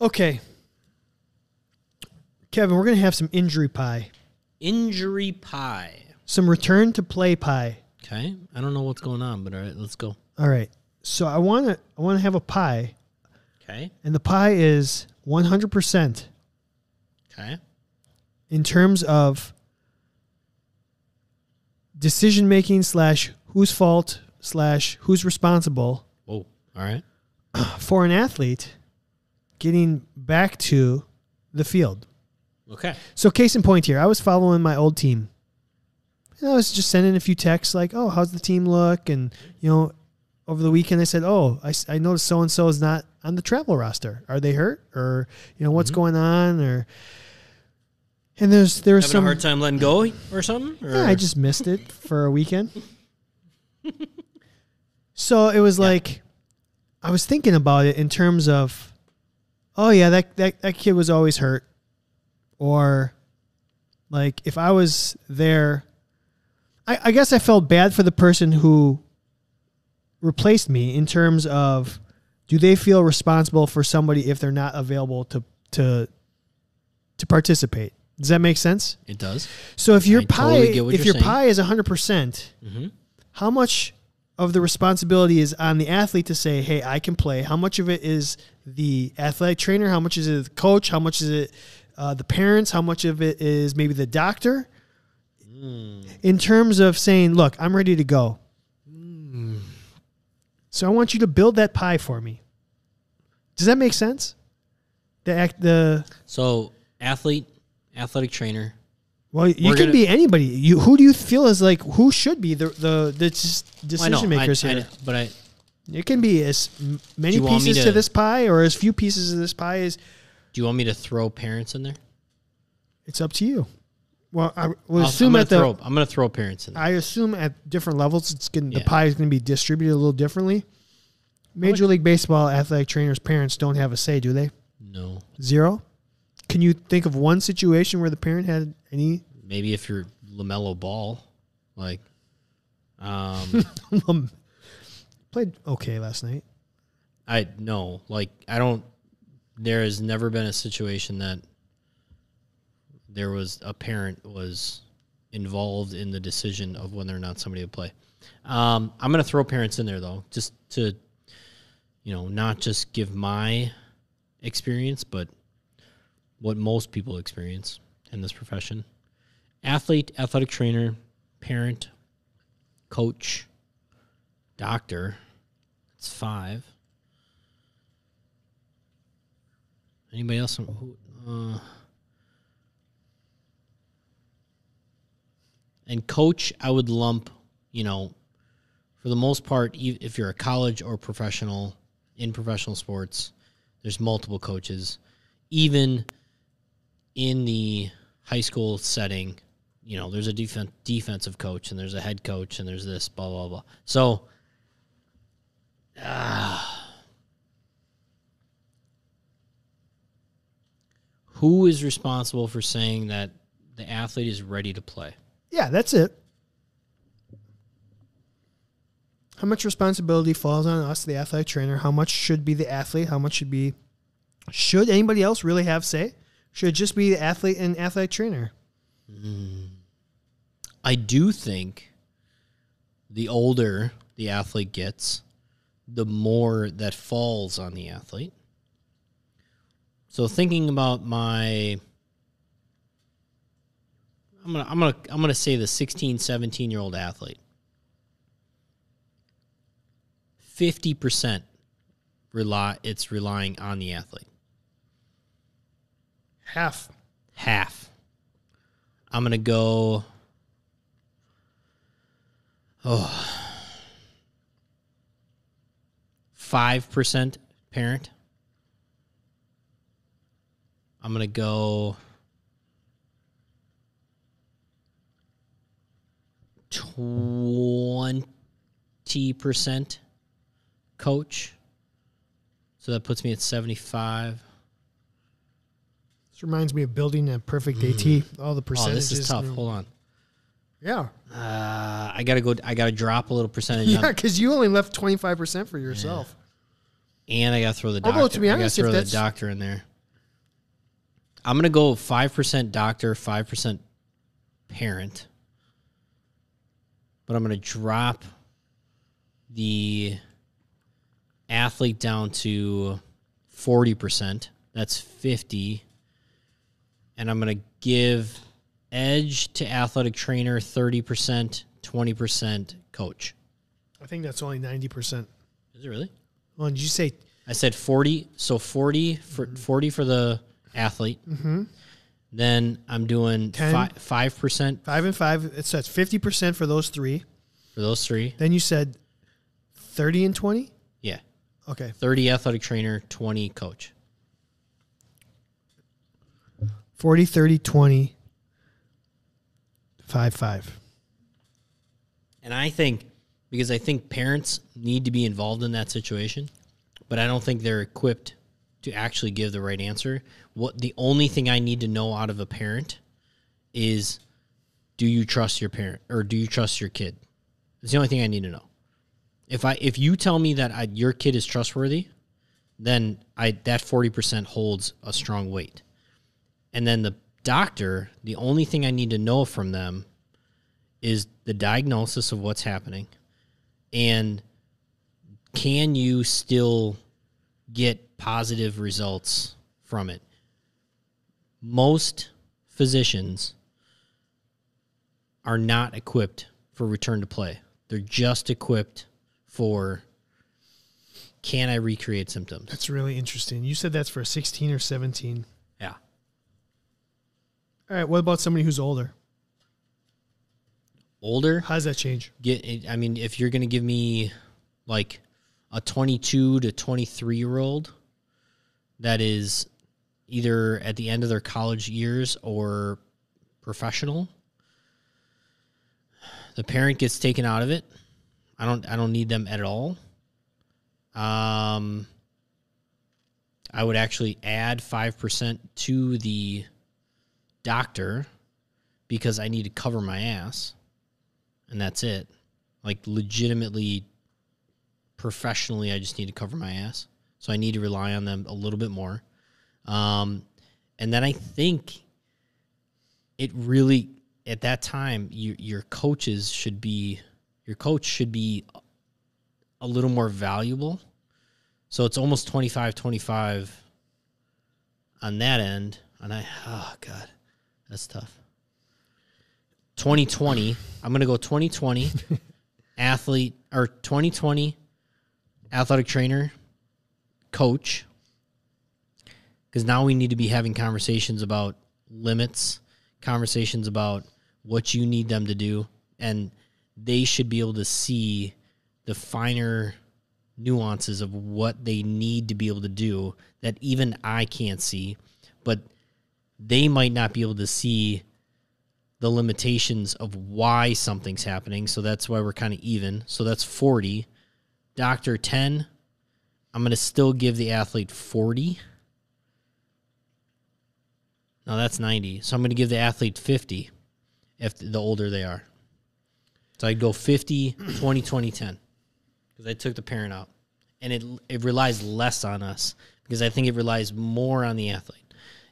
Okay. Kevin, we're going to have some injury pie,
Injury pie.
some return to play pie.
Okay. I don't know what's going on, but all right, let's go.
All right. So I want to I want to have a pie
Okay.
and the pie is 100%
Okay.
in terms of decision making slash whose fault slash who's responsible
Whoa. All right.
for an athlete getting back to the field.
Okay.
So case in point here, I was following my old team. And I was just sending a few texts like, "Oh, how's the team look?" And you know, over the weekend I said, "Oh, I, s- I noticed so and so is not on the travel roster. Are they hurt? Or you know, what's going on?" Or and there's there's
Mm-hmm. Having a hard
some
time letting go or something? Or?
yeah, I just missed it for a weekend. so it was like I was thinking about it in terms of oh yeah, that, that that kid was always hurt. Or like if I was there I, I guess I felt bad for the person who replaced me in terms of do they feel responsible for somebody if they're not available to to to participate? Does that make sense?
It does.
So if your
I
pie,
totally get what
if
you're saying.
your
Mm-hmm.
pie is 100%, percent how much of the responsibility is on the athlete to say, "Hey, I can play." How much of it is the athletic trainer? How much is it the coach? How much is it uh, the parents? How much of it is maybe the doctor?
Mm.
In terms of saying, "Look, I'm ready to go."
Mm.
So I want you to build that pie for me. Does that make sense? The act, the
So, athlete, athletic trainer.
well, you
We're
can
gonna-
be anybody. You who do you feel is like who should be the the, the s-
Well, I know,
decision
I-
makers
I-
here?
but I,
it can be as m- many
you want me
pieces to,
to-
this pie or as few pieces of this pie is.
do you want me to throw parents in there?
It's up to you. Well, I
I'll-
will assume
I'm
at the
gonna throw, I'm going to throw parents in there.
I assume at different levels, it's going to
Yeah.
the pie is going to be distributed a little differently. Major League Baseball athletic trainers' parents don't have a say, do they?
no.
Zero. Can you think of one situation where the parent had any?
Maybe if you're Lamelo Ball. Like, um,
Um, played okay last night.
I no, like I don't. There has never been a situation that there was a parent was involved in the decision of whether or not somebody would play. Um, I'm gonna throw parents in there though, just to you know, not just give my experience, but what most people experience in this profession. Athlete, athletic trainer, parent, coach, doctor. It's five. Anybody else? on- Who, uh, and coach, I would lump, you know, for the most part, e- if you're a college or professional in professional sports, there's multiple coaches. Even in the high school setting, you know, there's a defen- defensive coach and there's a head coach and there's this, blah, blah, blah. So, who is responsible for saying that the athlete is ready to play?
Yeah, that's it. How much responsibility falls on us, the athletic trainer? How much should be the athlete? How much should be should anybody else really have say? Should it just be the athlete and athletic trainer?
I do think the older the athlete gets, the more that falls on the athlete. So thinking about my I'm going to I'm going to I'm going to say the 16, 17-year-old athlete. 50% rely it's relying on the athlete.
Half.
half. I'm gonna go. Oh. Five percent parent. I'm gonna go. Twenty percent coach. So that puts me at seventy-five.
This reminds me of building a perfect AT. All the
Oh,
percentages.
this is tough.
and-
Hold on.
Yeah.
Uh, I gotta go. I gotta drop a little percentage,
Yeah,
on,
because you only left twenty five percent for yourself.
and I gotta throw the doctor.
Although, to be
I gotta
honest, if
throw the
that's-
doctor in there. I'm gonna go five percent doctor, five percent parent, but I'm gonna drop the athlete down to forty percent. That's fifty, and I'm gonna give edge to athletic trainer thirty percent, twenty percent coach.
I think that's only ninety percent.
Is it really?
Well, did you say
I said 40. So 40 for 40 for the athlete. Mm-hmm. Then I'm doing
Ten.
fi- 5%
five and five? It says fifty percent for those three.
for those three.
Then you said thirty and twenty?
Yeah.
Okay.
30 athletic trainer, 20 coach.
40, 30, 20, 5, 5.
And I think because I think parents need to be involved in that situation, but I don't think they're equipped to actually give the right answer. What the only thing I need to know out of a parent is do you trust your parent or do you trust your kid? It's the only thing I need to know. If I if you tell me that I, your kid is trustworthy, then I that 40% holds a strong weight. And then the doctor, the only thing I need to know from them is the diagnosis of what's happening and can you still get positive results from it most physicians are not equipped for return to play they're just equipped for can i recreate symptoms
That's really interesting. You said that's for 16 or 17.
yeah
All right, what about somebody who's older?
older
How does that change?
get i mean if you're gonna give me like a 22 to 23 year old that is either at the end of their college years or professional the parent gets taken out of it i don't i don't need them at all um i would actually add 5% to the doctor because I need to cover my ass, and that's it. Like legitimately, professionally, I just need to cover my ass. So I need to rely on them a little bit more. Um, and then I think it really at that time you, your coaches should be your coach should be a little more valuable. So it's almost 25 25 on that end. And I, oh God, that's tough. 2020, I'm going to go 2020 athlete or 2020 athletic trainer, coach. Because now we need to be having conversations about limits, conversations about what you need them to do. And they should be able to see the finer nuances of what they need to be able to do that even I can't see, but they might not be able to see the limitations of why something's happening. So that's why we're kind of even. So that's 40. Doctor 10, I'm going to still give the athlete 40. No, that's 90. So I'm going to give the athlete 50 if the older they are. So I'd go 50, 20, 20, 10 because I took the parent out. And it, it relies less on us because I think it relies more on the athlete.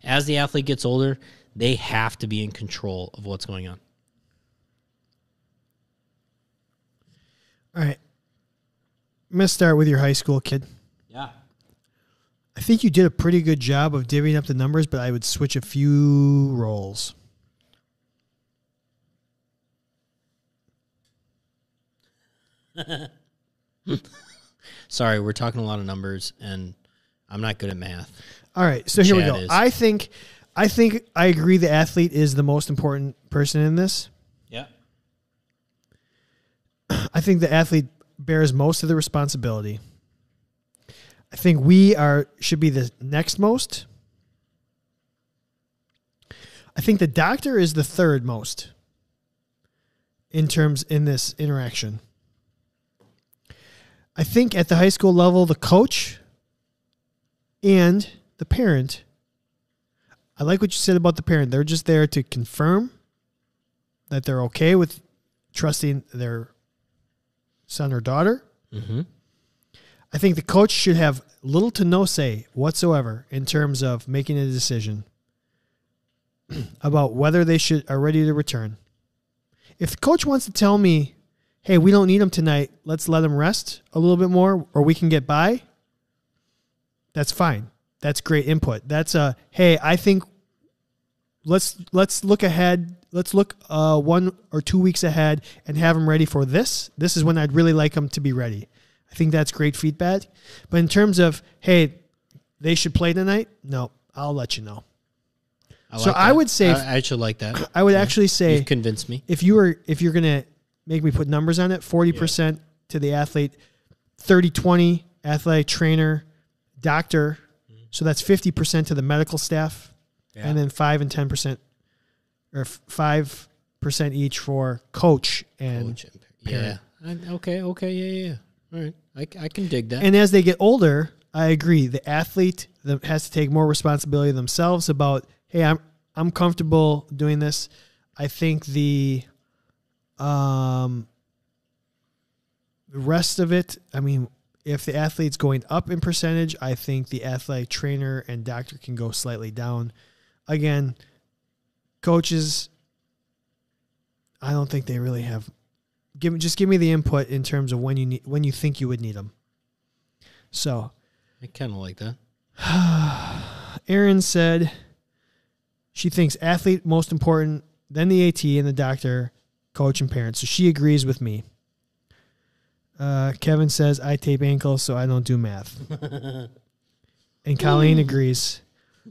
As the athlete gets older, they have to be in control of what's going on.
All right. I'm going to start with your high school kid.
Yeah.
I think you did a pretty good job of divvying up the numbers, but I would switch a few roles.
Sorry, we're talking a lot of numbers, and I'm not good at math.
All right, so here
Chad
we go.
is.
I think, I think I agree. The athlete is the most important person in this.
Yeah.
I think the athlete bears most of the responsibility. I think we are should be the next most. I think the doctor is the third most in terms in this interaction. I think at the high school level the coach and the parent I like what you said about the parent. They're just there to confirm that they're okay with trusting their son or daughter.
Mm-hmm.
I think the coach should have little to no say whatsoever in terms of making a decision about whether they should are ready to return. If the coach wants to tell me, "Hey, we don't need them tonight. Let's let them rest a little bit more or we can get by." That's fine. That's great input. That's a, "Hey, I think let's let's look ahead. Let's look uh, one or two weeks ahead and have them ready for this. This is when I'd really like them to be ready. I think that's great feedback. But in terms of hey, they should play tonight. No, I'll let you know.
I
So I
that.
would say-
I, I should like that.
I would actually say
You've convinced me.
if you were if you're gonna make me put numbers on it, forty percent to the athlete, 30-20 athletic trainer, doctor. So that's fifty percent to the medical staff, and then five and ten percent, or five percent each for coach and
Coach and parent. Yeah. I- okay. Okay. Yeah. Yeah. yeah. All right. I, c- I can dig that.
And as they get older, I agree. The athlete th- has to take more responsibility themselves about, hey, I'm I'm comfortable doing this. I think the um the rest of it, I mean, if the athlete's going up in percentage, I think the athletic trainer and doctor can go slightly down. Again, coaches I don't think they really have give me just give me the input in terms of when you need when you think you would need them. So
I kind of like that.
Erin said she thinks athlete most important, then the AT and the doctor, coach and parents. So she agrees with me. Uh, Kevin says I tape ankles, so I don't do math. and Colleen agrees.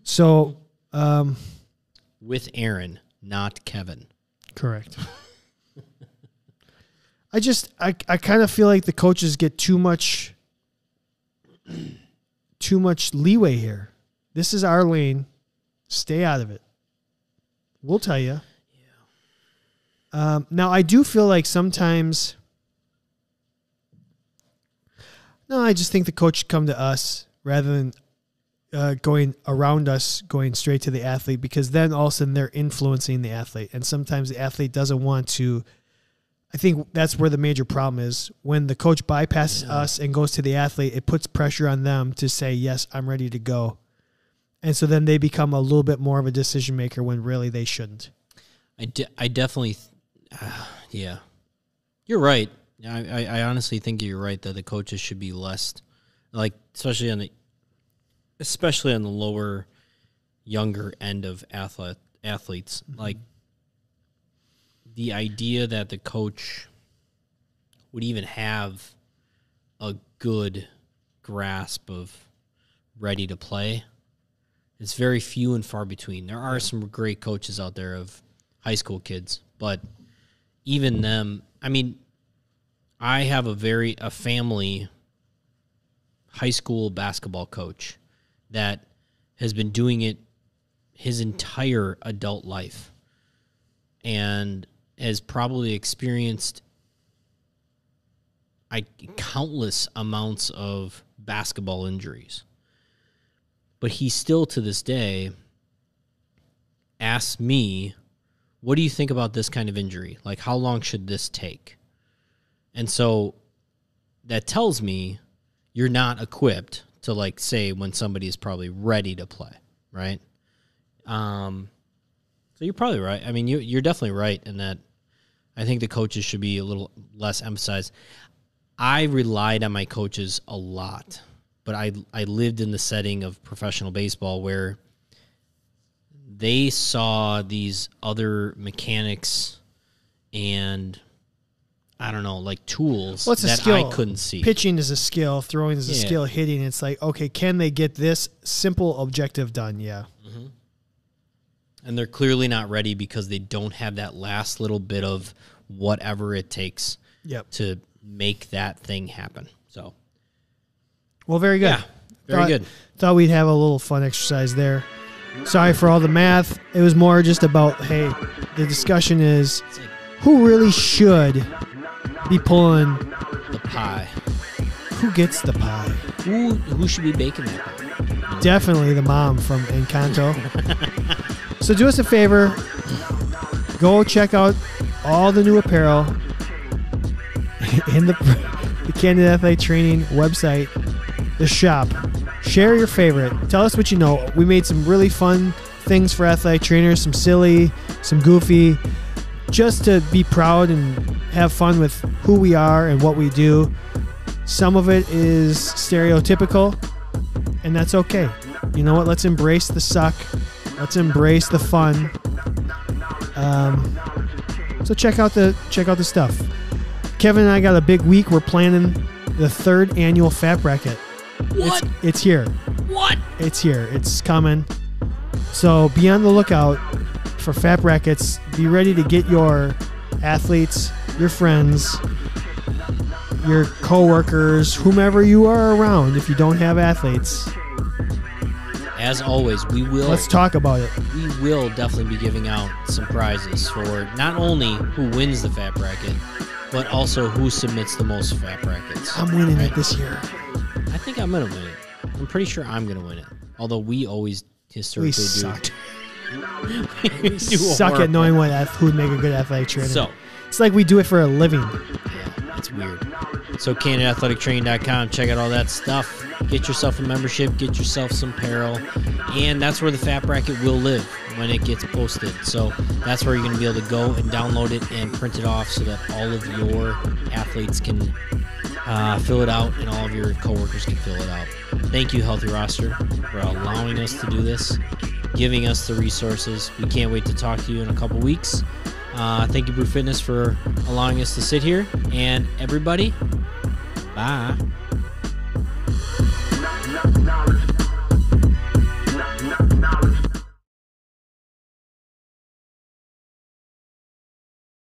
So um,
With Aaron, not Kevin.
Correct. I just I I kind of feel like the coaches get too much too much leeway here. This is our lane. Stay out of it. We'll tell you. Um, now I do feel like sometimes. No, I just think the coach should come to us rather than uh, going around us, going straight to the athlete, because then all of a sudden they're influencing the athlete, and sometimes the athlete doesn't want to. I think that's where the major problem is when the coach bypasses us and goes to the athlete. It puts pressure on them to say, "Yes, I'm ready to go," and so then they become a little bit more of a decision maker when really they shouldn't.
I, de- I definitely, th- yeah, you're right. I, I, I honestly think you're right that the coaches should be less, like especially on the, especially on the lower, younger end of athlete athletes. Like the idea that the coach would even have a good grasp of ready to play it's very few and far between. There are some great coaches out there of high school kids, but even them, I mean, I have a very a family high school basketball coach that has been doing it his entire adult life and has probably experienced I countless amounts of basketball injuries but he still to this day asks me, "What do you think about this kind of injury? Like, how long should this take?" And so that tells me you're not equipped to like say when somebody is probably ready to play, right? Um, so you're probably right. I mean, you you're definitely right in that. I think the coaches should be a little less emphasized. I relied on my coaches a lot, but I I lived in the setting of professional baseball where they saw these other mechanics and I don't know, like tools
What's a
that
skill?
I couldn't see.
Pitching is a skill. Throwing is a
Yeah.
skill. Hitting, it's like okay, can they get this simple objective done? Yeah,
and they're clearly not ready because they don't have that last little bit of whatever it takes
yep.
to make that thing happen. So
Well, very good.
Yeah, very
Thought-
good.
Thought we'd have a little fun exercise there. Sorry for all the math. It was more just about hey, the discussion is who really should be pulling
the pie,
who gets the pie.
who who should be baking that? Pie?
Definitely the mom from Encanto. so do us a favor, go check out all the new apparel in the the Candid Athlete Training website, the shop. Share your favorite. Tell us what you know. We made some really fun things for athletic trainers, some silly, some goofy, just to be proud and have fun with who we are and what we do. Some of it is stereotypical, and that's okay. You know what? Let's embrace the suck. Let's embrace the fun. Um, so check out the check out the stuff. Kevin and I got a big week. We're planning the third annual Fat Bracket.
What
It's here.
what?
It's here. It's coming. So be on the lookout for Fat Brackets. Be ready to get your athletes, your friends, your coworkers, whomever you are around. If you don't have athletes,
As always, we will
let's talk about it.
we will definitely be giving out some prizes for not only who wins the fat bracket, but also who submits the most fat brackets.
I'm winning it this year.
I think I'm gonna win it. I'm pretty sure I'm gonna win it. Although we always historically
We
do,
sucked.
we do
Suck at
horrible.
knowing what ath- who'd make a good athletic trainer.
So
it's like we do it for a living.
Yeah, that's weird. So CanadaAthleticTraining.com, check out all that stuff. Get yourself a membership, get yourself some apparel, and that's where the fat bracket will live when it gets posted. So that's where you're going to be able to go and download it and print it off so that all of your athletes can uh, fill it out and all of your coworkers can fill it out. Thank you, Healthy Roster, for allowing us to do this, giving us the resources. We can't wait to talk to you in a couple weeks. Uh, thank you, Brew Fitness, for allowing us to sit here. And everybody, bye.